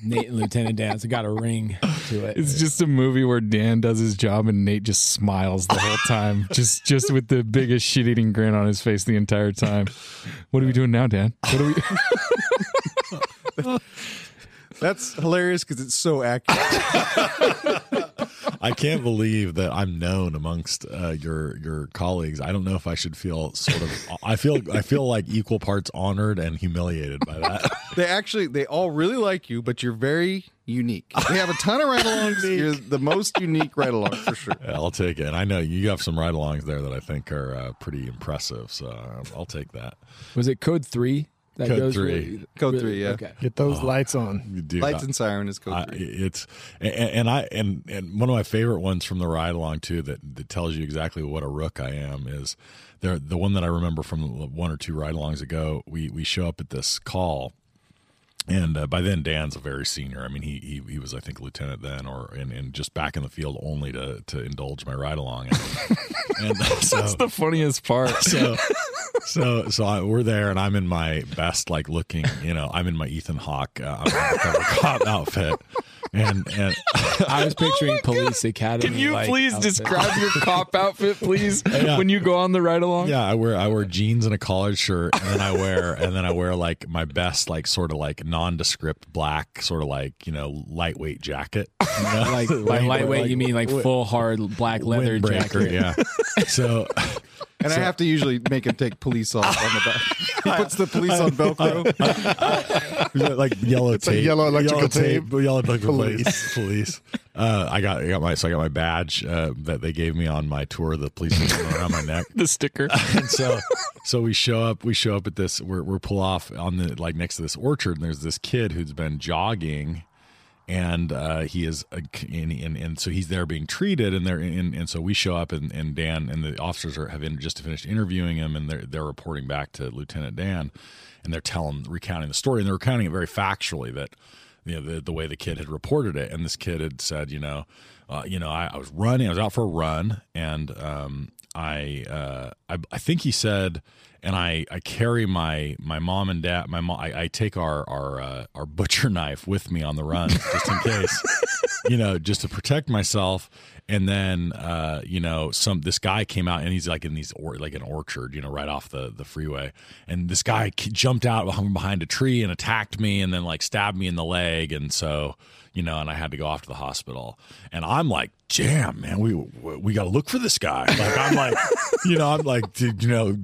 Speaker 3: Nate and Lieutenant Dan's got a ring to it.
Speaker 1: It's just a movie where Dan does his job and Nate just smiles the whole
Speaker 5: [laughs]
Speaker 1: time, just just with the biggest shit eating grin on his face the entire time. What are we doing now, Dan? What are we?
Speaker 7: That's hilarious because it's so accurate.
Speaker 5: I can't believe that I'm known amongst uh, your your colleagues. I don't know if I should feel sort of. I feel I feel like equal parts honored and humiliated by that. [laughs]
Speaker 7: They actually, they all really like you, but you're very unique. They have a ton
Speaker 5: [laughs]
Speaker 7: of ride-alongs. you're the most unique ride-along for sure.
Speaker 5: Yeah, I'll take it. And I know you have some ride-alongs there that I think are uh, pretty impressive, so I'll- I'll take that.
Speaker 3: Was it code three? That
Speaker 5: Code three.
Speaker 7: Code three, yeah.
Speaker 3: Okay.
Speaker 4: Get those lights on.
Speaker 5: You do
Speaker 7: Lights
Speaker 5: not-
Speaker 7: and siren is
Speaker 5: I,
Speaker 7: code three.
Speaker 5: it's and, and I and and one of my favorite ones from the ride along too that that tells you exactly what a rook I am is there the one that I remember from one or two ride alongs ago we we show up at this call and uh, by then Dan's a very senior I mean he he, he was I think lieutenant then or and, and just back in the field only to to indulge my ride along and, and [laughs] so
Speaker 1: That's the funniest [laughs] part.
Speaker 5: so so so I, we're there and i'm in my best like looking you know i'm in my ethan hawke uh, I'm in a cover cop outfit and and [laughs]
Speaker 3: I was picturing Police Academy.
Speaker 1: Oh Can you
Speaker 3: like
Speaker 1: please
Speaker 3: outfit.
Speaker 1: describe your cop outfit, please?
Speaker 5: [laughs]
Speaker 1: [laughs]
Speaker 5: Yeah.
Speaker 1: When you go on the ride along,
Speaker 5: yeah i wear i wear jeans and a collared shirt and then i wear and then i wear like my best like sort of like nondescript black sort of like you know lightweight jacket you know? [laughs]
Speaker 3: like by lightweight? you mean like full hard black leather
Speaker 5: windbreaker
Speaker 3: jacket?
Speaker 5: yeah
Speaker 3: [laughs]
Speaker 5: so
Speaker 7: And I have to usually make him take police off on the
Speaker 5: [laughs]
Speaker 7: back. He puts the police on Velcro.
Speaker 5: like yellow tape,
Speaker 4: like yellow electrical
Speaker 5: yellow
Speaker 4: tape.
Speaker 5: yellow electrical police. [laughs] Police. Uh, I got, I got my, so I got my badge uh, that they gave me on my tour of the police station around my neck.
Speaker 1: the
Speaker 5: [laughs]
Speaker 1: sticker.
Speaker 5: And so, so we show up, we show up at this, we're, we're pull off on the like next to this orchard, and there's this kid who's been jogging. And uh, he is, a, and, and, and so he's there being treated, and they're, and, and so we show up, and, and Dan and the officers are have in, just finished interviewing him, and they're they're reporting back to Lieutenant Dan, and they're telling recounting the story, and they're recounting it very factually that you know, the, the way the kid had reported it. And this kid had said, you know, uh, you know, I, I was running, I was out for a run and, um, I, uh, I, I think he said, and I, I carry my, my mom and dad, my mom, I, I take our, our, uh, our butcher knife with me on the run just in case, [laughs] you know, just to protect myself. And then, uh, you know, some, this guy came out and he's like in these, or like an orchard, you know, right off the, the freeway. And this guy k- jumped out from behind a tree and attacked me and then like stabbed me in the leg. And so, you know, and I had to go off to the hospital. And I'm like, damn, man, we we got to look for this guy. Like, I'm like, you know, I'm like, dude, you know,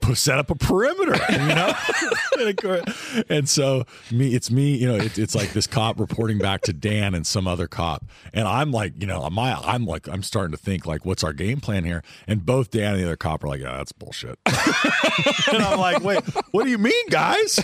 Speaker 5: put, set up a perimeter, you know. [laughs] and, of course- and so me, it's me, you know. It, it's like this cop reporting back to Dan and some other cop, and I'm like, you know, my, I'm like, I'm starting to think like, what's our game plan here? And both Dan and the other cop are like, oh, that's bullshit. and I'm like, wait, what do you mean, guys?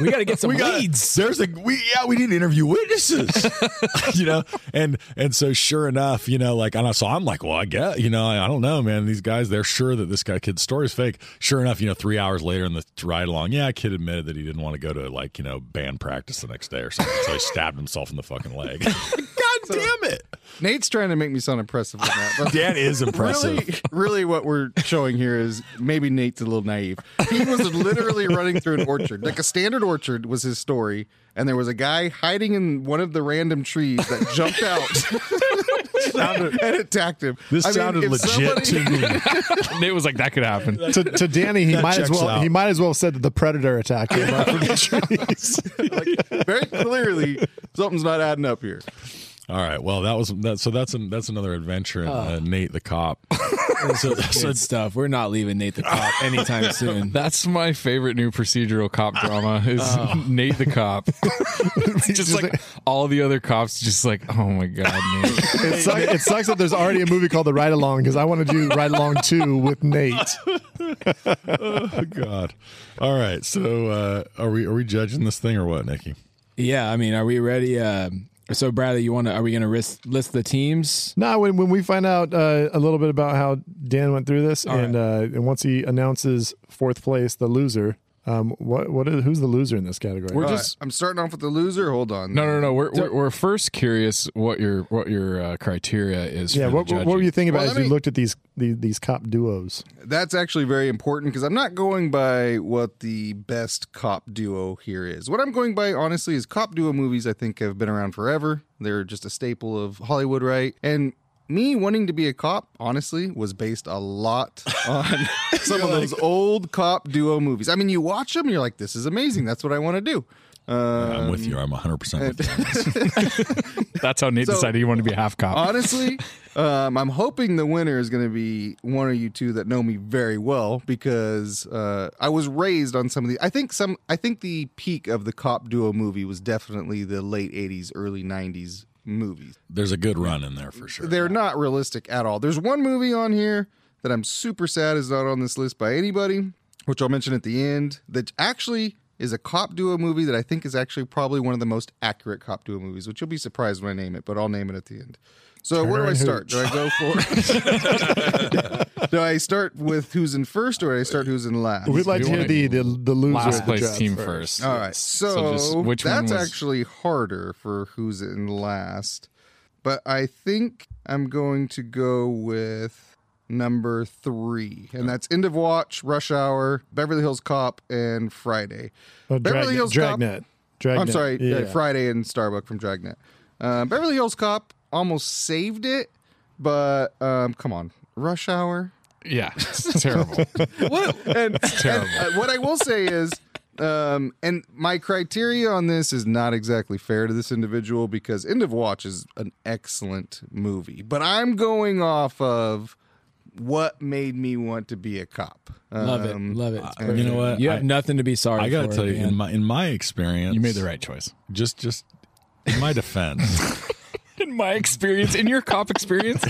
Speaker 3: We got to get some
Speaker 5: gotta-
Speaker 3: leads.
Speaker 5: There's a we yeah, we need to interview witnesses. [laughs] you know? And and so sure enough, you know, like and I so I'm like, well, I guess, you know, I, I don't know, man. These guys, they're sure that this guy kid's story is fake. Sure enough, you know, three hours later in the ride along, yeah, kid admitted that he didn't want to go to like, you know, band practice the next day or something. [laughs] So he stabbed himself in the fucking [laughs] leg. God damn it.
Speaker 7: Nate's trying to make me sound impressive
Speaker 5: [laughs]
Speaker 7: with that. but-
Speaker 5: Dan is impressive.
Speaker 7: Really, [laughs] really, what we're showing here is maybe Nate's a little naive. He was literally running through an orchard, like a standard orchard was his story, and there was a guy hiding in one of the random trees that
Speaker 5: [laughs]
Speaker 7: jumped out [laughs] and attacked him.
Speaker 5: This
Speaker 7: I mean,
Speaker 5: sounded
Speaker 7: if
Speaker 5: legit
Speaker 7: somebody-
Speaker 5: to [laughs] me.
Speaker 1: Nate was like, that could happen.
Speaker 5: [laughs]
Speaker 4: to, to Danny, he
Speaker 5: That
Speaker 4: might as
Speaker 5: checks
Speaker 4: well
Speaker 5: out.
Speaker 4: he might as well have said that the predator attacked him right [laughs] from the trees.
Speaker 7: [laughs] very clearly, something's not adding up here.
Speaker 5: All right. Well, that was that. So that's an, that's another adventure. in
Speaker 1: Ah.
Speaker 5: uh, Nate
Speaker 1: [laughs]
Speaker 5: the cop. so, so
Speaker 3: Good stuff. We're not leaving Nate the
Speaker 1: [laughs]
Speaker 3: cop anytime soon.
Speaker 1: That's my favorite new procedural
Speaker 5: [laughs]
Speaker 1: cop drama is
Speaker 5: Uh.
Speaker 1: Nate the cop.
Speaker 4: [laughs]
Speaker 1: just, like, all the other cops, just like, oh my god, Nate.
Speaker 4: It, suck, it sucks that there's already a movie called The Ride Along because I want to do Ride Along Two with Nate.
Speaker 7: [laughs]
Speaker 5: oh God. All right. So uh, are we are we judging this thing or what, Nikki?
Speaker 3: Yeah, I mean, are we ready? Uh, so, Bradley, you want to? Are we going to list list the teams?
Speaker 4: No, when when we find out uh, a little bit about how Dan went through this, and uh, and once he announces fourth place, the loser. Um, what what is, who's the loser in this category?
Speaker 7: All right, I'm starting off with the loser. Hold on.
Speaker 1: No, no, no. We're, we're we're first curious what your what your uh, criteria is.
Speaker 4: yeah.
Speaker 1: for
Speaker 4: What,
Speaker 1: the
Speaker 4: what were you
Speaker 1: judging.
Speaker 4: thinking about
Speaker 7: Well,
Speaker 4: as
Speaker 7: let
Speaker 4: you
Speaker 7: me-
Speaker 4: looked at these these, these cop duos?
Speaker 7: that's actually very important because I'm not going by what the best cop duo here is. What I'm going by, honestly, is cop duo movies I think have been around forever. They're just a staple of Hollywood, right? And me wanting to be a cop, honestly, was based a lot on some of those old cop duo movies. I mean, you watch them, you're like, this is amazing. That's what I want to do. Uh,
Speaker 5: I'm with
Speaker 1: Um,
Speaker 5: you. I'm 100 percent with you. on this.
Speaker 1: That's how Nate
Speaker 7: So-
Speaker 1: decided he wanted to be a half cop.
Speaker 7: honestly, um, I'm hoping the winner is going to be one of you two that know me very well because uh, I was raised on some of the. I think some. I think the peak of the cop duo movie was definitely the late '80s, early '90s movies.
Speaker 5: There's a good run in
Speaker 1: [laughs]
Speaker 5: there for sure.
Speaker 7: They're not realistic at all. There's one movie on here that I'm super sad is not on this list by anybody, which I'll mention at the end. That actually. Is a cop duo movie that I think is actually probably one of the most accurate cop duo movies, which you'll be surprised when I name it, but I'll name it at the end. So where do I
Speaker 4: and
Speaker 7: start? Do I go for? [laughs] do I start with who's in first, or do I start who's in last?
Speaker 4: We'd like
Speaker 1: we
Speaker 4: to hear
Speaker 1: wanna
Speaker 4: the, the the loser of
Speaker 1: Last
Speaker 4: the
Speaker 1: place
Speaker 4: draft
Speaker 1: team
Speaker 4: first.
Speaker 1: first.
Speaker 7: All right. So,
Speaker 1: just which one
Speaker 7: that's
Speaker 1: was-
Speaker 7: actually harder for who's in last. But I think I'm going to go with number three. And that's End of Watch, Rush Hour, Beverly Hills Cop, and Friday.
Speaker 4: Oh, Dragnet,
Speaker 7: Beverly Hills Cop-
Speaker 4: Dragnet. Dragnet.
Speaker 7: I'm sorry,
Speaker 4: Yeah.
Speaker 7: uh, Friday and Starbuck from Dragnet. Uh, Beverly Hills Cop almost saved it, but um, come on, Rush Hour.
Speaker 1: Yeah, [laughs] it's terrible.
Speaker 3: [laughs]
Speaker 7: What? And,
Speaker 1: terrible.
Speaker 7: and, uh, what I will say is, um, and my criteria on this is not exactly fair to this individual because End of Watch is an excellent movie, but I'm going off of what made me want to be a cop.
Speaker 3: Love it,
Speaker 7: Um,
Speaker 3: love it.
Speaker 5: I- you know what?
Speaker 3: You
Speaker 5: I-
Speaker 3: have nothing to be sorry.
Speaker 5: I gotta
Speaker 3: for,
Speaker 5: tell you,
Speaker 3: man.
Speaker 5: in my in my experience,
Speaker 1: you made the right choice.
Speaker 5: Just just in my defense,
Speaker 1: [laughs] In my experience, in your cop experience,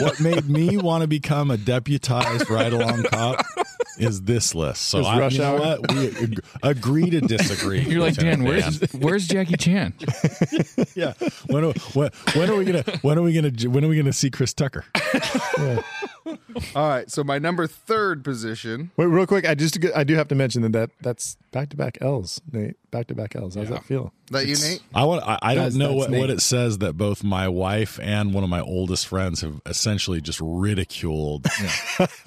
Speaker 5: what made me want to become a deputized ride along cop. Is this list? So
Speaker 4: Is
Speaker 5: I,
Speaker 4: Rush
Speaker 5: you know
Speaker 4: Hour-
Speaker 5: what? We ag- agree to
Speaker 1: [laughs] [laughs]
Speaker 5: disagree.
Speaker 1: you're like Dan.
Speaker 5: Lieutenant
Speaker 1: Where's where's Jackie Chan?
Speaker 5: yeah. When, are- when when are we gonna when are we gonna when are we gonna see Chris Tucker?
Speaker 7: All right, so my number third position.
Speaker 4: Wait, real quick. I just I do have to mention that, that that's back to back L's, Nate. Back to back L's. How's that feel?
Speaker 7: That you, Nate?
Speaker 5: I want. I, I
Speaker 3: That's-
Speaker 5: don't know
Speaker 3: that's
Speaker 5: what,
Speaker 3: Nate.
Speaker 5: what it says that both my wife and one of my oldest friends have essentially just ridiculed [laughs]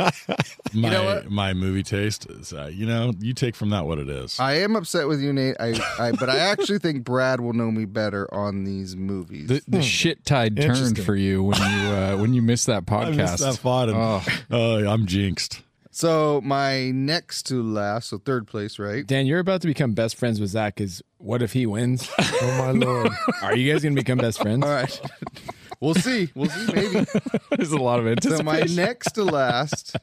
Speaker 5: my
Speaker 7: know what?
Speaker 5: my movie taste. So, you know, you take from that what it is.
Speaker 7: I am upset with you, Nate. I, I but I actually think Brad will know me better on these movies.
Speaker 1: The, the shit tide turned
Speaker 4: Interesting.
Speaker 1: for you when you uh, when you missed that
Speaker 5: I
Speaker 1: podcast.
Speaker 5: missed that [laughs] thought and
Speaker 1: Oh.
Speaker 5: oh, I'm [laughs] jinxed.
Speaker 7: so my next to last, so third place, right?
Speaker 3: Dan, you're about to become best friends with Zach. Is what if he wins?
Speaker 4: [laughs] Oh
Speaker 3: [laughs]
Speaker 4: my lord.
Speaker 3: Are you guys gonna become best friends?
Speaker 7: All right. [laughs] We'll see. We'll see. Maybe.
Speaker 1: There's a lot of
Speaker 7: So [laughs] my
Speaker 1: anticipation.
Speaker 7: next to last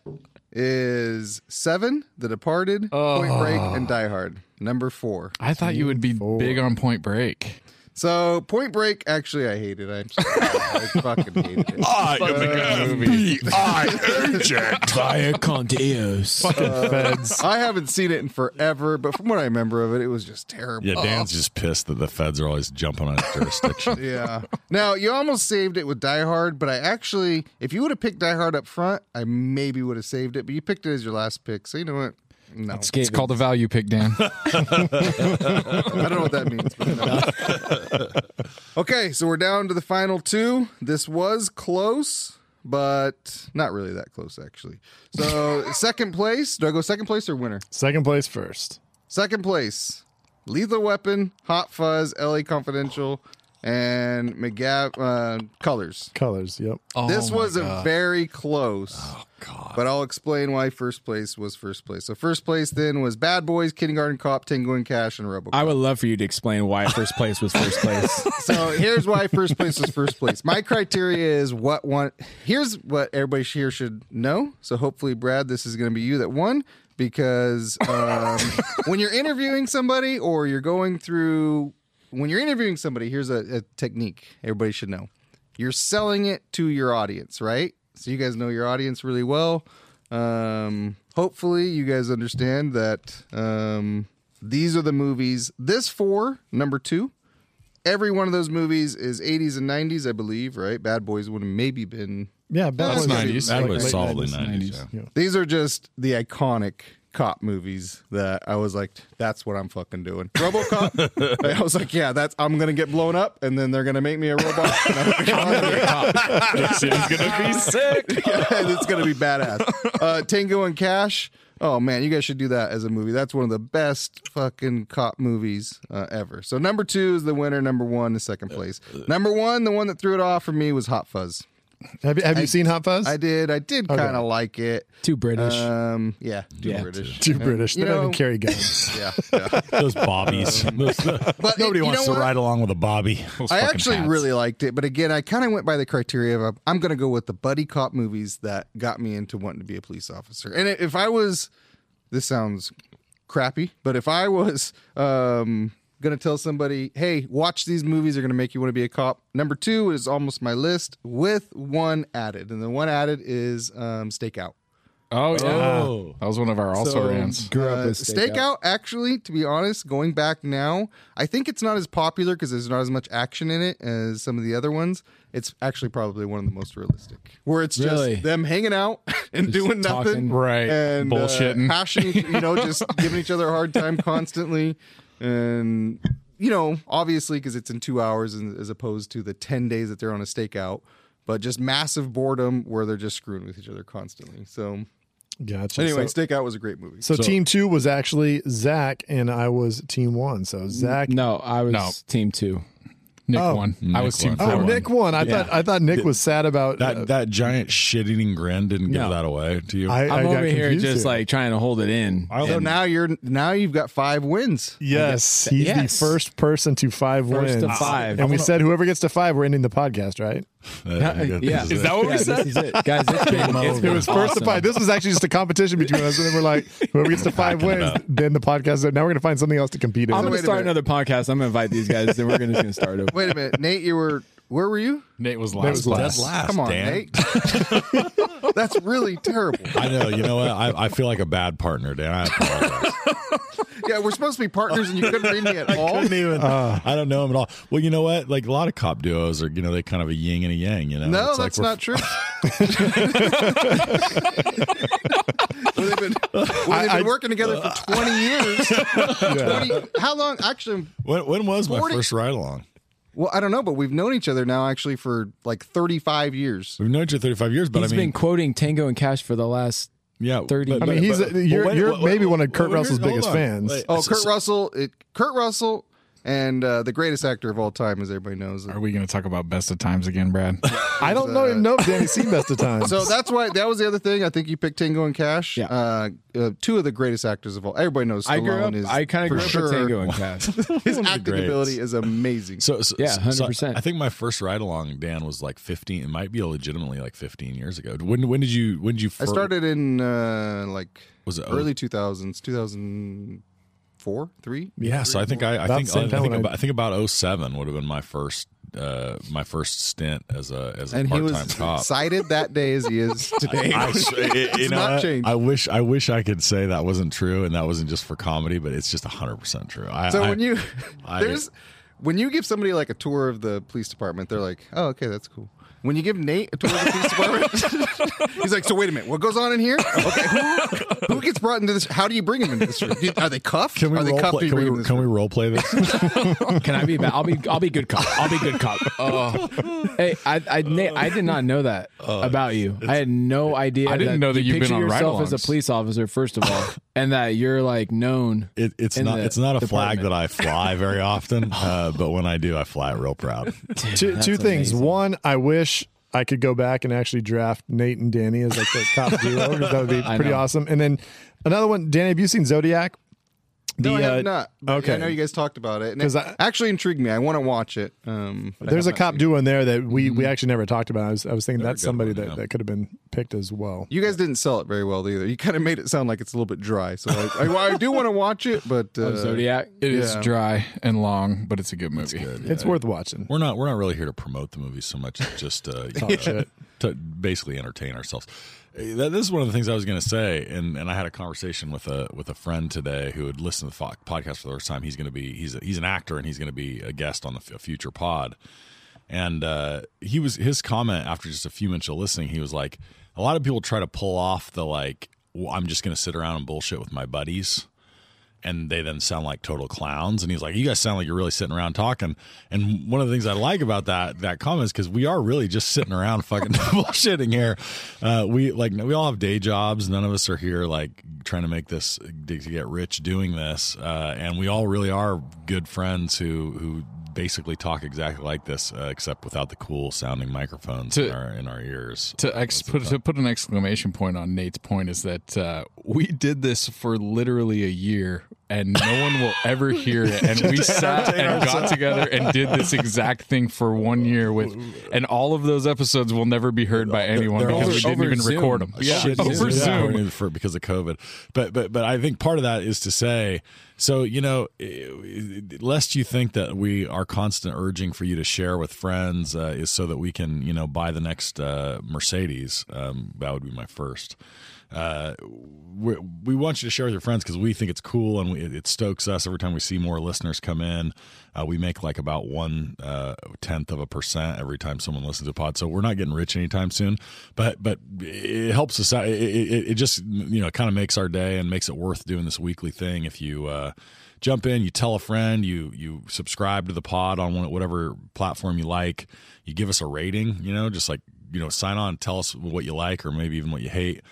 Speaker 7: is Seven, The Departed, Point Break, and Die Hard. Number four.
Speaker 1: I thought you would be big on Point Break.
Speaker 7: So Point Break, actually, I hated. I'm sorry. I fucking hated it.
Speaker 5: I am the FBI agent.
Speaker 4: Uh,
Speaker 7: I haven't seen it in forever, but from what I remember of it, it was just terrible.
Speaker 5: Yeah, Dan's just pissed that the feds are always jumping on his
Speaker 7: [laughs]
Speaker 5: jurisdiction.
Speaker 7: Yeah. Now you almost saved it with Die Hard, but I actually, if you would have picked Die Hard up front, I maybe would have saved it. But you picked it as your last pick, so you know what? No,
Speaker 1: It's called a value pick, Dan.
Speaker 7: I don't know what that means. But no. okay, so we're down to the final two. This was close, but not really that close actually. So second place, do I go second place or winner?
Speaker 4: Second place first.
Speaker 7: Second place, Lethal Weapon, Hot Fuzz, LA Confidential, and McGav uh, Colors.
Speaker 4: Colors. Yep.
Speaker 7: this was a very close. Oh god. But I'll explain why first place was first place. So first place then was Bad Boys, Kindergarten Cop, Tango and Cash, and Robocop.
Speaker 3: I would love for you to explain why first place was first place.
Speaker 4: [laughs]
Speaker 7: So here's why first place is first place. My criteria is what one. Here's what everybody here should know. So hopefully, Brad, this is going to be you that won because um, when you're interviewing somebody or you're going through, when you're interviewing somebody, here's a, a technique everybody should know. You're selling it to your audience, right? So you guys know your audience really well. Um, hopefully, you guys understand that um, these are the movies. This four, number two, every one of those movies is 80s and 90s, I believe, right? Bad Boys would have maybe been.
Speaker 4: Yeah. Bad
Speaker 1: That's
Speaker 4: Boys-
Speaker 1: 90s.
Speaker 5: That
Speaker 4: like
Speaker 5: was
Speaker 4: late
Speaker 5: solidly
Speaker 4: 90s.
Speaker 5: 90s. yeah.
Speaker 7: These are just the iconic cop movies that I was like, that's what I'm fucking doing. Robocop. I was like, yeah, that's I'm gonna get blown up, and then they're gonna make me a robot. [laughs] And I'm "Oh, gonna be a cop. [laughs] Yeah, it's gonna be badass. Uh, Tango and Cash. Oh man, you guys should do that as a movie. That's one of the best fucking cop movies uh, ever. So number two is the winner. Number one is second place. Number one, the one that threw it off for me was Hot Fuzz.
Speaker 4: Have, you- have you seen Hot Fuzz?
Speaker 7: I did. I did kind of like it.
Speaker 3: Too British.
Speaker 4: Uh,
Speaker 7: Um, yeah, too British.
Speaker 4: Too British. They
Speaker 7: You
Speaker 4: don't
Speaker 7: know-
Speaker 4: even carry guns.
Speaker 7: Yeah, yeah.
Speaker 5: Those bobbies.
Speaker 7: But it-
Speaker 5: [laughs] Nobody
Speaker 7: you
Speaker 5: wants
Speaker 7: know
Speaker 5: to
Speaker 7: what?
Speaker 5: ride along with a bobby. Those
Speaker 7: I
Speaker 5: fucking
Speaker 7: actually
Speaker 5: hats.
Speaker 7: really liked it, but again, I kind of went by the criteria of I'm going to go with the buddy cop movies that got me into wanting to be a police officer. And if I was, this sounds crappy, but if I was um, going to tell somebody, hey, watch these movies, they're going to make you want to be a cop. Number two is almost my list with one added, and the one added is um, Stakeout.
Speaker 1: Oh yeah,
Speaker 5: Oh.
Speaker 1: that was one of our also rans.
Speaker 3: Grew up
Speaker 7: Uh,
Speaker 3: with
Speaker 7: stakeout.
Speaker 3: stakeout.
Speaker 7: actually to be honest going back now i think it's not as popular because there's not as much action in it as some of the other ones it's actually probably one of the most realistic where it's
Speaker 3: Really?
Speaker 7: just them hanging out [laughs] and doing
Speaker 3: talking.
Speaker 7: nothing
Speaker 1: Right.
Speaker 7: and uh,
Speaker 1: Bullshitting. [laughs]
Speaker 7: hashing each- you know just giving each other a hard time constantly and you know obviously because it's in two hours and, as opposed to the 10 days that they're on a stakeout but just massive boredom where they're just screwing with each other constantly so
Speaker 4: [laughs] Gotcha.
Speaker 7: anyway
Speaker 4: so,
Speaker 7: stakeout was a great movie
Speaker 4: so team two was actually Zach, and I was team one. So Zach.
Speaker 3: No, I was
Speaker 1: No.
Speaker 3: team two.
Speaker 1: Nick
Speaker 4: Oh.
Speaker 1: won. I was team
Speaker 5: Nick
Speaker 1: four.
Speaker 4: Oh, Nick won. I thought I thought Nick was sad about uh,
Speaker 5: That that giant shit eating grin didn't give
Speaker 3: No.
Speaker 5: that away to you. Uh,
Speaker 4: I, I [laughs]
Speaker 3: I'm
Speaker 4: got
Speaker 3: over here
Speaker 4: confused
Speaker 3: just like trying to hold it in.
Speaker 7: So now you're now you've got five wins.
Speaker 4: Yes, he's
Speaker 3: Yes.
Speaker 4: the first person to five
Speaker 3: First
Speaker 4: wins.
Speaker 3: to five.
Speaker 4: and we said whoever gets to five, we're ending the podcast, right?
Speaker 5: yeah.
Speaker 3: Yeah.
Speaker 1: Is that what
Speaker 3: yeah,
Speaker 1: we said?
Speaker 3: This is it, guys.
Speaker 5: [laughs]
Speaker 3: It's been, it's been
Speaker 4: It was first
Speaker 3: awesome.
Speaker 4: to five. This was actually just a competition between us, and then we're like, whoever gets to five wins, then the podcast. Now we're gonna find something else to compete in.
Speaker 3: I'm
Speaker 7: So
Speaker 3: going
Speaker 7: wait
Speaker 3: to
Speaker 7: a
Speaker 3: start
Speaker 7: minute.
Speaker 3: another podcast. I'm going to invite these guys, then we're gonna- just going to start over.
Speaker 7: Wait a minute, Nate. You were where were you?
Speaker 1: Nate was last. but-
Speaker 4: was
Speaker 5: Dead last.
Speaker 7: Come on,
Speaker 5: Dan.
Speaker 7: Nate. [laughs] That's really terrible.
Speaker 5: I know. You know what? I, I feel like a bad partner, Dan. I apologize.
Speaker 7: Yeah, we're supposed to be partners, and you couldn't read me at all.
Speaker 5: even. I don't know him at all. Well, you know what? Like a lot of cop duos are, you know, they kind of a yin and a yang. You know,
Speaker 7: No,
Speaker 5: It's like
Speaker 7: that's
Speaker 5: we're-
Speaker 7: not true. [laughs] Well, they've been, well, they've been working together for 20
Speaker 5: [laughs]
Speaker 7: years. 20 how long? Actually,
Speaker 5: When, when was my
Speaker 7: 40
Speaker 5: first ride along?
Speaker 7: well, I don't know, but we've known each other now actually for like 35 years.
Speaker 5: We've known each other 35 years, but
Speaker 3: He's
Speaker 5: I mean,
Speaker 3: been quoting Tango and Cash for the last.
Speaker 5: yeah,
Speaker 3: 30.
Speaker 5: but-
Speaker 3: I mean,
Speaker 5: but-
Speaker 4: he's-
Speaker 5: but-
Speaker 4: you're-
Speaker 5: but wait,
Speaker 4: you're
Speaker 5: what-
Speaker 4: maybe one of
Speaker 5: what-
Speaker 4: Kurt
Speaker 5: what-
Speaker 4: Russell's
Speaker 5: hold
Speaker 4: biggest
Speaker 5: on.
Speaker 4: fans.
Speaker 5: Wait,
Speaker 7: Oh,
Speaker 5: so-
Speaker 7: Kurt
Speaker 5: so-
Speaker 7: Russell. It, Kurt Russell And uh, the greatest actor of all time, as everybody knows.
Speaker 1: Are we going to talk about best of times again, Brad?
Speaker 4: I don't know know if Danny seen
Speaker 7: [laughs]
Speaker 4: Best of Times.
Speaker 7: So that's why that was the other thing. I think you picked Tango and Cash.
Speaker 3: Yeah.
Speaker 7: Uh, uh, two of the greatest actors of all. Everybody knows Stallone
Speaker 3: I grew up.
Speaker 7: is.
Speaker 3: I kind of
Speaker 7: for
Speaker 3: grew up
Speaker 7: sure,
Speaker 3: with Tango and Cash.
Speaker 7: His acting
Speaker 5: greats.
Speaker 7: ability is amazing.
Speaker 5: So, so
Speaker 3: Yeah,
Speaker 5: so-
Speaker 3: 100%.
Speaker 5: I think my first ride along Dan was like 15. It might be legitimately like 15 years ago. When when did you when did you
Speaker 7: I
Speaker 5: fir-
Speaker 7: started in uh, like
Speaker 5: was it
Speaker 7: early two thousands, two thousand four, three.
Speaker 5: Yeah, so I think I, I
Speaker 4: About
Speaker 5: think
Speaker 4: the same
Speaker 5: I
Speaker 4: time
Speaker 5: think
Speaker 4: when I-
Speaker 5: about, I think about 07 would have been my first uh my first stint as a as a
Speaker 7: And he
Speaker 5: part-time
Speaker 7: was [laughs]
Speaker 5: cop.
Speaker 7: cited that day as
Speaker 3: [laughs]
Speaker 7: he is today.
Speaker 5: I, it- you know,
Speaker 7: not
Speaker 5: what?
Speaker 7: changed.
Speaker 5: I wish I wish I could say that wasn't true and that wasn't just for comedy, but it's just 100% true. I,
Speaker 7: So
Speaker 5: I-
Speaker 7: when you
Speaker 5: I-
Speaker 7: there's when you give somebody like a tour of the police department, they're like, "Oh, okay, that's cool." When you give Nate a tour of the police department, [laughs] he's like, "So wait a minute, what goes on in here? Okay, who, who gets brought into this? How do you bring them into this room? Do- Are they cuffed?
Speaker 5: can we
Speaker 7: Are they
Speaker 5: role
Speaker 7: cuffed?
Speaker 5: play,
Speaker 7: Do you bring
Speaker 5: can,
Speaker 7: 'em in
Speaker 5: we,
Speaker 7: this
Speaker 5: can we
Speaker 7: room?
Speaker 5: role play this?
Speaker 3: [laughs]
Speaker 7: [laughs]
Speaker 3: Can I be bad? I'll be I'll be good cop. I'll be good cop. Oh. Hey, I I, Nate, I did not know that about you. I had no idea.
Speaker 1: I didn't know that
Speaker 3: you
Speaker 1: you've been
Speaker 3: picture
Speaker 1: on
Speaker 3: yourself as a
Speaker 1: ride-alongs.
Speaker 3: police officer first of all, and that you're like known.
Speaker 5: It, it's
Speaker 3: in
Speaker 5: not
Speaker 3: the
Speaker 5: it's not a
Speaker 3: department.
Speaker 5: flag that I fly very
Speaker 7: [laughs]
Speaker 5: often, uh, but when I do, I fly it real proud.
Speaker 4: two two things. One, I wish I could go back and actually draft Nate and Danny as like the
Speaker 5: [laughs]
Speaker 4: top duo. 'cause That would be pretty
Speaker 3: know.
Speaker 4: awesome. And then another one, Danny, have you seen Zodiac?
Speaker 7: No, I
Speaker 4: The,
Speaker 7: have
Speaker 4: uh,
Speaker 7: not. but
Speaker 4: okay.
Speaker 7: I know you guys talked about it, and
Speaker 4: 'Cause
Speaker 7: it
Speaker 4: I-
Speaker 7: actually intrigued me. I want to watch it. Um, but I
Speaker 4: There's a
Speaker 7: have not
Speaker 4: cop
Speaker 7: seen it.
Speaker 4: duo in there that we we actually never talked about. I was I was thinking that's
Speaker 5: Mm-hmm. good
Speaker 4: somebody
Speaker 5: one,
Speaker 4: that,
Speaker 5: yeah.
Speaker 4: that could have been picked as well.
Speaker 7: You guys didn't sell it very well either. You kind of made it sound like it's a little bit dry. So I, I, I do want to watch it, but uh,
Speaker 3: Zodiac.
Speaker 1: It is
Speaker 7: Yeah.
Speaker 1: dry and long, but it's a good movie.
Speaker 4: It's worth watching.
Speaker 5: We're not we're not really here to promote the movie so much, as just uh, you know, [laughs] to basically entertain ourselves. Uh, That, this is one of the things I was going to say, and, and I had a conversation with a with a friend today who had listened to the fo- podcast for the first time. He's going to be he's a, he's an actor and he's going to be a guest on the f- future pod. And uh, he was his comment after just a few minutes of listening, he was like, a lot of people try to pull off the like, well, I'm just going to sit around and bullshit with my buddies and they then sound like total clowns. And he's like, "You guys sound like you're really sitting around talking." And one of the things I like about that that comment is because we are really just sitting around fucking [laughs] bullshitting here. Uh, we like we all have day jobs. None of us are here like trying to make this to get rich doing this, uh, and we all really are good friends who who basically talk exactly like this, uh, except without the cool sounding microphones in
Speaker 1: To-
Speaker 5: our in our ears.
Speaker 1: to ex- put, to put an exclamation point on Nate's point is that uh, we did this for literally a year and no one will ever hear it and we sat and got together and did this exact thing for one year with and all of those episodes will never be heard by anyone
Speaker 5: they're
Speaker 1: because
Speaker 5: all
Speaker 1: we didn't
Speaker 3: over
Speaker 1: even
Speaker 3: Zoom.
Speaker 1: record them yeah [laughs]
Speaker 5: shit
Speaker 1: over
Speaker 5: is
Speaker 1: zoom
Speaker 5: happening for because of COVID. But but but I think part of that is to say, so you know, it- lest you think that we are constant urging for you to share with friends uh, is so that we can you know buy the next uh, Mercedes. Um, that would be my first. Uh, we we want you to share with your friends because we think it's cool and we, it, it stokes us every time we see more listeners come in. Uh, we make like about one uh, tenth of a percent every time someone listens to a pod, so we're not getting rich anytime soon. But but it helps us out. It, it, it just you know kind of makes our day and makes it worth doing this weekly thing. If you uh, jump in, you tell a friend, you you subscribe to the pod on one- whatever platform you like, you give us a rating. You know, just like you know, sign on, tell us what you like or maybe even what you hate.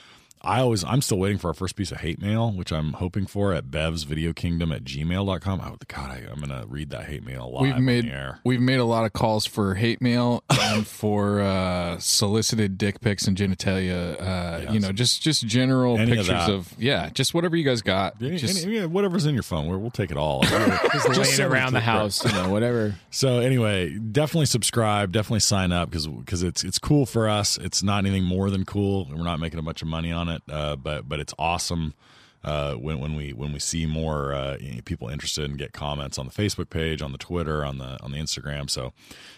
Speaker 5: I always, I'm still waiting for our first piece of hate mail, which I'm hoping for at bevsvideokingdom at gmail.com. Oh, God, I, I'm going to read that hate mail live
Speaker 1: we've
Speaker 5: on
Speaker 1: made
Speaker 5: the air.
Speaker 1: we've made a lot of calls for hate mail [laughs] and for uh, solicited dick pics and genitalia. Uh, You know, just just general
Speaker 5: Any of
Speaker 1: pictures
Speaker 5: that.
Speaker 1: of, yeah, just whatever you guys got.
Speaker 5: Any-
Speaker 1: Just
Speaker 5: any- yeah, whatever's in your phone, we're, we'll take
Speaker 3: [laughs]
Speaker 5: it all. Just
Speaker 3: Just
Speaker 5: send
Speaker 3: laying
Speaker 5: it
Speaker 3: around
Speaker 5: to
Speaker 3: the
Speaker 5: Brit.
Speaker 3: house, you know, whatever.
Speaker 5: So anyway, definitely subscribe, definitely sign up because it's it's cool for us. It's not anything more than cool. We're not making a bunch of money on it, uh, but but it's awesome uh, when when we when we see more uh, you know, people interested and get comments on the Facebook page, on the Twitter, on the on the Instagram. So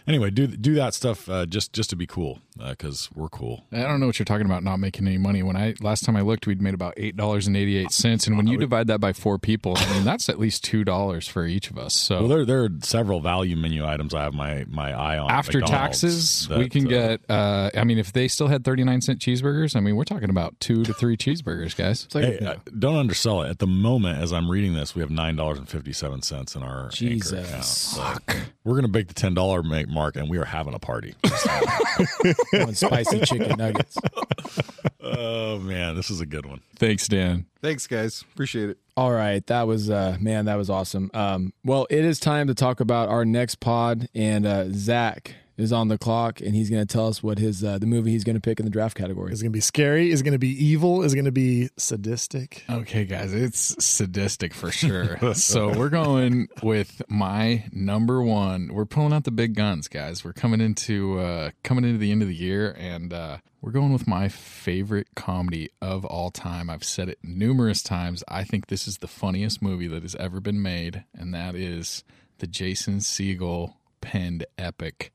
Speaker 5: anyway, do do that stuff uh, just just to be cool because we're cool.
Speaker 1: I don't know what you're talking about not making any money. When I last time I looked, we'd made about eight dollars and eighty eight cents, and when you divide that by four people, I mean that's at least two dollars for each of us. So
Speaker 5: Well, there there are several value menu items I have my my eye on. at
Speaker 1: after
Speaker 5: McDonald's
Speaker 1: taxes, we
Speaker 5: that,
Speaker 1: can
Speaker 5: uh,
Speaker 1: get. Uh, I mean, if they still had thirty nine cent cheeseburgers, I mean, we're talking about two to three cheeseburgers, guys.
Speaker 3: It's like
Speaker 5: Hey, uh, don't undersell it. At the moment, as I'm reading this, we have nine dollars and fifty seven cents in our Anchor account.
Speaker 3: Jesus.
Speaker 5: So we're gonna break the ten dollar make mark, and we are having a party.
Speaker 3: want spicy chicken nuggets.
Speaker 5: [laughs] Oh man, this is a good one.
Speaker 1: Thanks, Dan.
Speaker 7: uh, Thanks, guys. Appreciate it.
Speaker 3: All right, that was uh man, that was awesome. Um well, it is time to talk about our next pod and uh Zach is on the clock and he's going to tell us what his uh, the movie he's going to pick in the draft category.
Speaker 4: Is it going to be scary? Is it going to be evil? Is it going to be sadistic?
Speaker 1: Okay, guys, it's sadistic for sure. [laughs] so we're going with my number one. We're pulling out the big guns, guys. We're coming into uh, coming into the end of the year, and uh, we're going with my favorite comedy of all time. I've said it numerous times. I think this is the funniest movie that has ever been made, and that is the Jason Segel penned epic,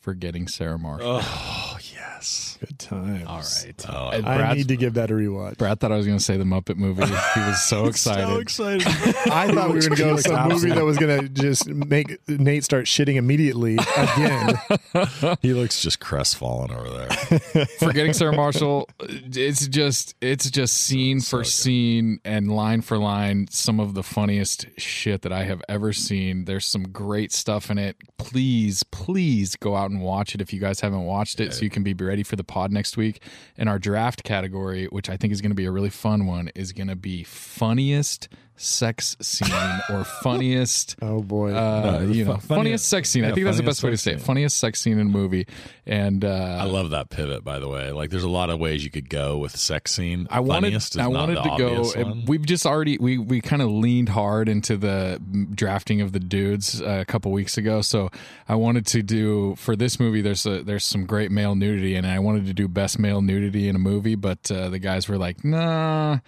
Speaker 1: "Forgetting Sarah Marshall."
Speaker 5: Oh yes.
Speaker 4: Good times.
Speaker 1: all right,
Speaker 5: Oh,
Speaker 1: And
Speaker 4: I
Speaker 1: Brad's-
Speaker 4: need to give that a rewatch.
Speaker 1: Brad thought I was going to say the Muppet movie. He was [laughs] so excited.
Speaker 5: So excited.
Speaker 4: I thought [laughs] we were going to go with some
Speaker 5: Absolutely.
Speaker 4: movie that was going to just make Nate start shitting immediately [laughs] again.
Speaker 5: [laughs] he looks just crestfallen over there.
Speaker 1: forgetting
Speaker 5: [laughs]
Speaker 1: Sarah Marshall. It's just it's just scene for scene and line for line. Some of the funniest shit that I have ever seen. There's some great stuff in it. Please, please go out and watch it if you guys haven't watched it, so you can be ready for the pod next week. And our draft category, which I think is going to be a really fun one, is going to be funniest sex scene
Speaker 5: [laughs]
Speaker 1: or funniest
Speaker 4: Oh boy.
Speaker 1: uh,
Speaker 5: No, the
Speaker 1: you know
Speaker 5: fu-
Speaker 1: funniest,
Speaker 5: funniest-
Speaker 1: sex scene. I
Speaker 5: yeah,
Speaker 1: think that's the
Speaker 5: funniest
Speaker 1: best way to
Speaker 5: sex
Speaker 1: say it.
Speaker 5: scene.
Speaker 1: Funniest sex scene in a movie. And uh,
Speaker 5: I love that pivot, by the way. Like, there's a lot of ways you could go with sex scene.
Speaker 1: I wanted,
Speaker 5: Funniest is
Speaker 1: I
Speaker 5: not
Speaker 1: wanted
Speaker 5: the
Speaker 1: to go.
Speaker 5: obvious one.
Speaker 1: We've just already we we kind of leaned hard into the drafting of the dudes uh, a couple weeks ago. So I wanted to do for this movie. There's a, there's some great male nudity, and I wanted to do best male nudity in a movie. But uh, the guys were like, Nah,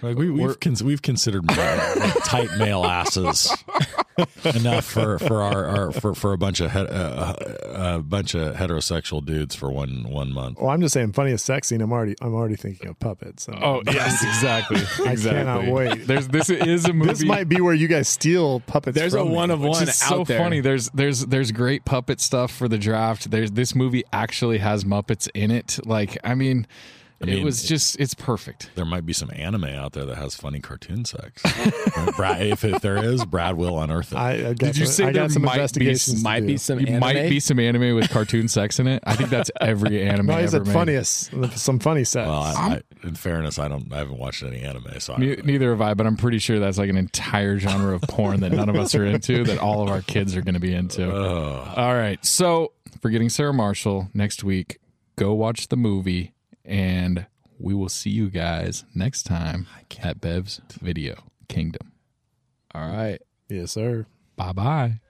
Speaker 5: Like we,
Speaker 1: We're-
Speaker 5: we've cons- we've considered more, [laughs] like, tight male asses [laughs] enough for for our, our for, for a bunch of het- uh, uh, a bunch of heterosexual dudes for one one month.
Speaker 4: well, I'm just saying funniest sex scene. I'm already I'm already thinking of puppets. So.
Speaker 1: Oh yes, [laughs] exactly.
Speaker 4: I
Speaker 1: exactly.
Speaker 4: cannot wait.
Speaker 1: There's this is a movie.
Speaker 4: This might be where you guys steal puppets.
Speaker 3: There's a
Speaker 4: from me.
Speaker 3: one of one
Speaker 1: Which is
Speaker 3: out
Speaker 1: so
Speaker 3: there.
Speaker 1: funny. There's there's there's great puppet stuff for the draft. There's this movie actually has Muppets in it. Like I mean, it
Speaker 5: mean,
Speaker 1: was just it's perfect.
Speaker 5: There might be some anime out there that has funny cartoon sex. Brad, if, if there is, Brad will unearth it.
Speaker 4: I, I got
Speaker 1: Did you
Speaker 4: some-
Speaker 1: say
Speaker 4: I got
Speaker 1: there
Speaker 4: some
Speaker 1: might be-
Speaker 4: investigations? to
Speaker 3: Might
Speaker 4: do.
Speaker 3: be some
Speaker 1: It
Speaker 3: anime.
Speaker 1: might be some anime with cartoon sex in it. I think that's every anime.
Speaker 4: No, I
Speaker 1: ever
Speaker 4: said
Speaker 1: made.
Speaker 4: funniest. Some funny sex.
Speaker 5: well, I, I, in fairness, I don't. I haven't watched any anime, so I
Speaker 1: Ne-
Speaker 5: don't know.
Speaker 1: neither have I, but I'm pretty sure that's like an entire genre of porn that none of us are into. That all of our kids are going to be into. All right, so forgetting Sarah Marshall next week. Go watch the movie, and we will see you guys next time at Bev's Video Kingdom.
Speaker 3: All right.
Speaker 4: yes, sir.
Speaker 1: Bye bye.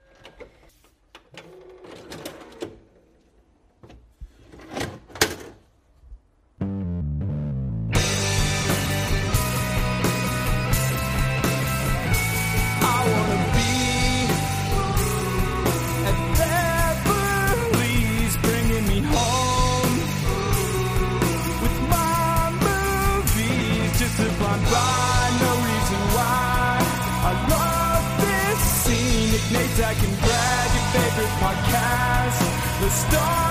Speaker 2: I wanna be at Beverly's, bringing me home with my movies. Just a blind by, no reason why. I love this scene. It Nate, I can brag your favorite podcast. Let's start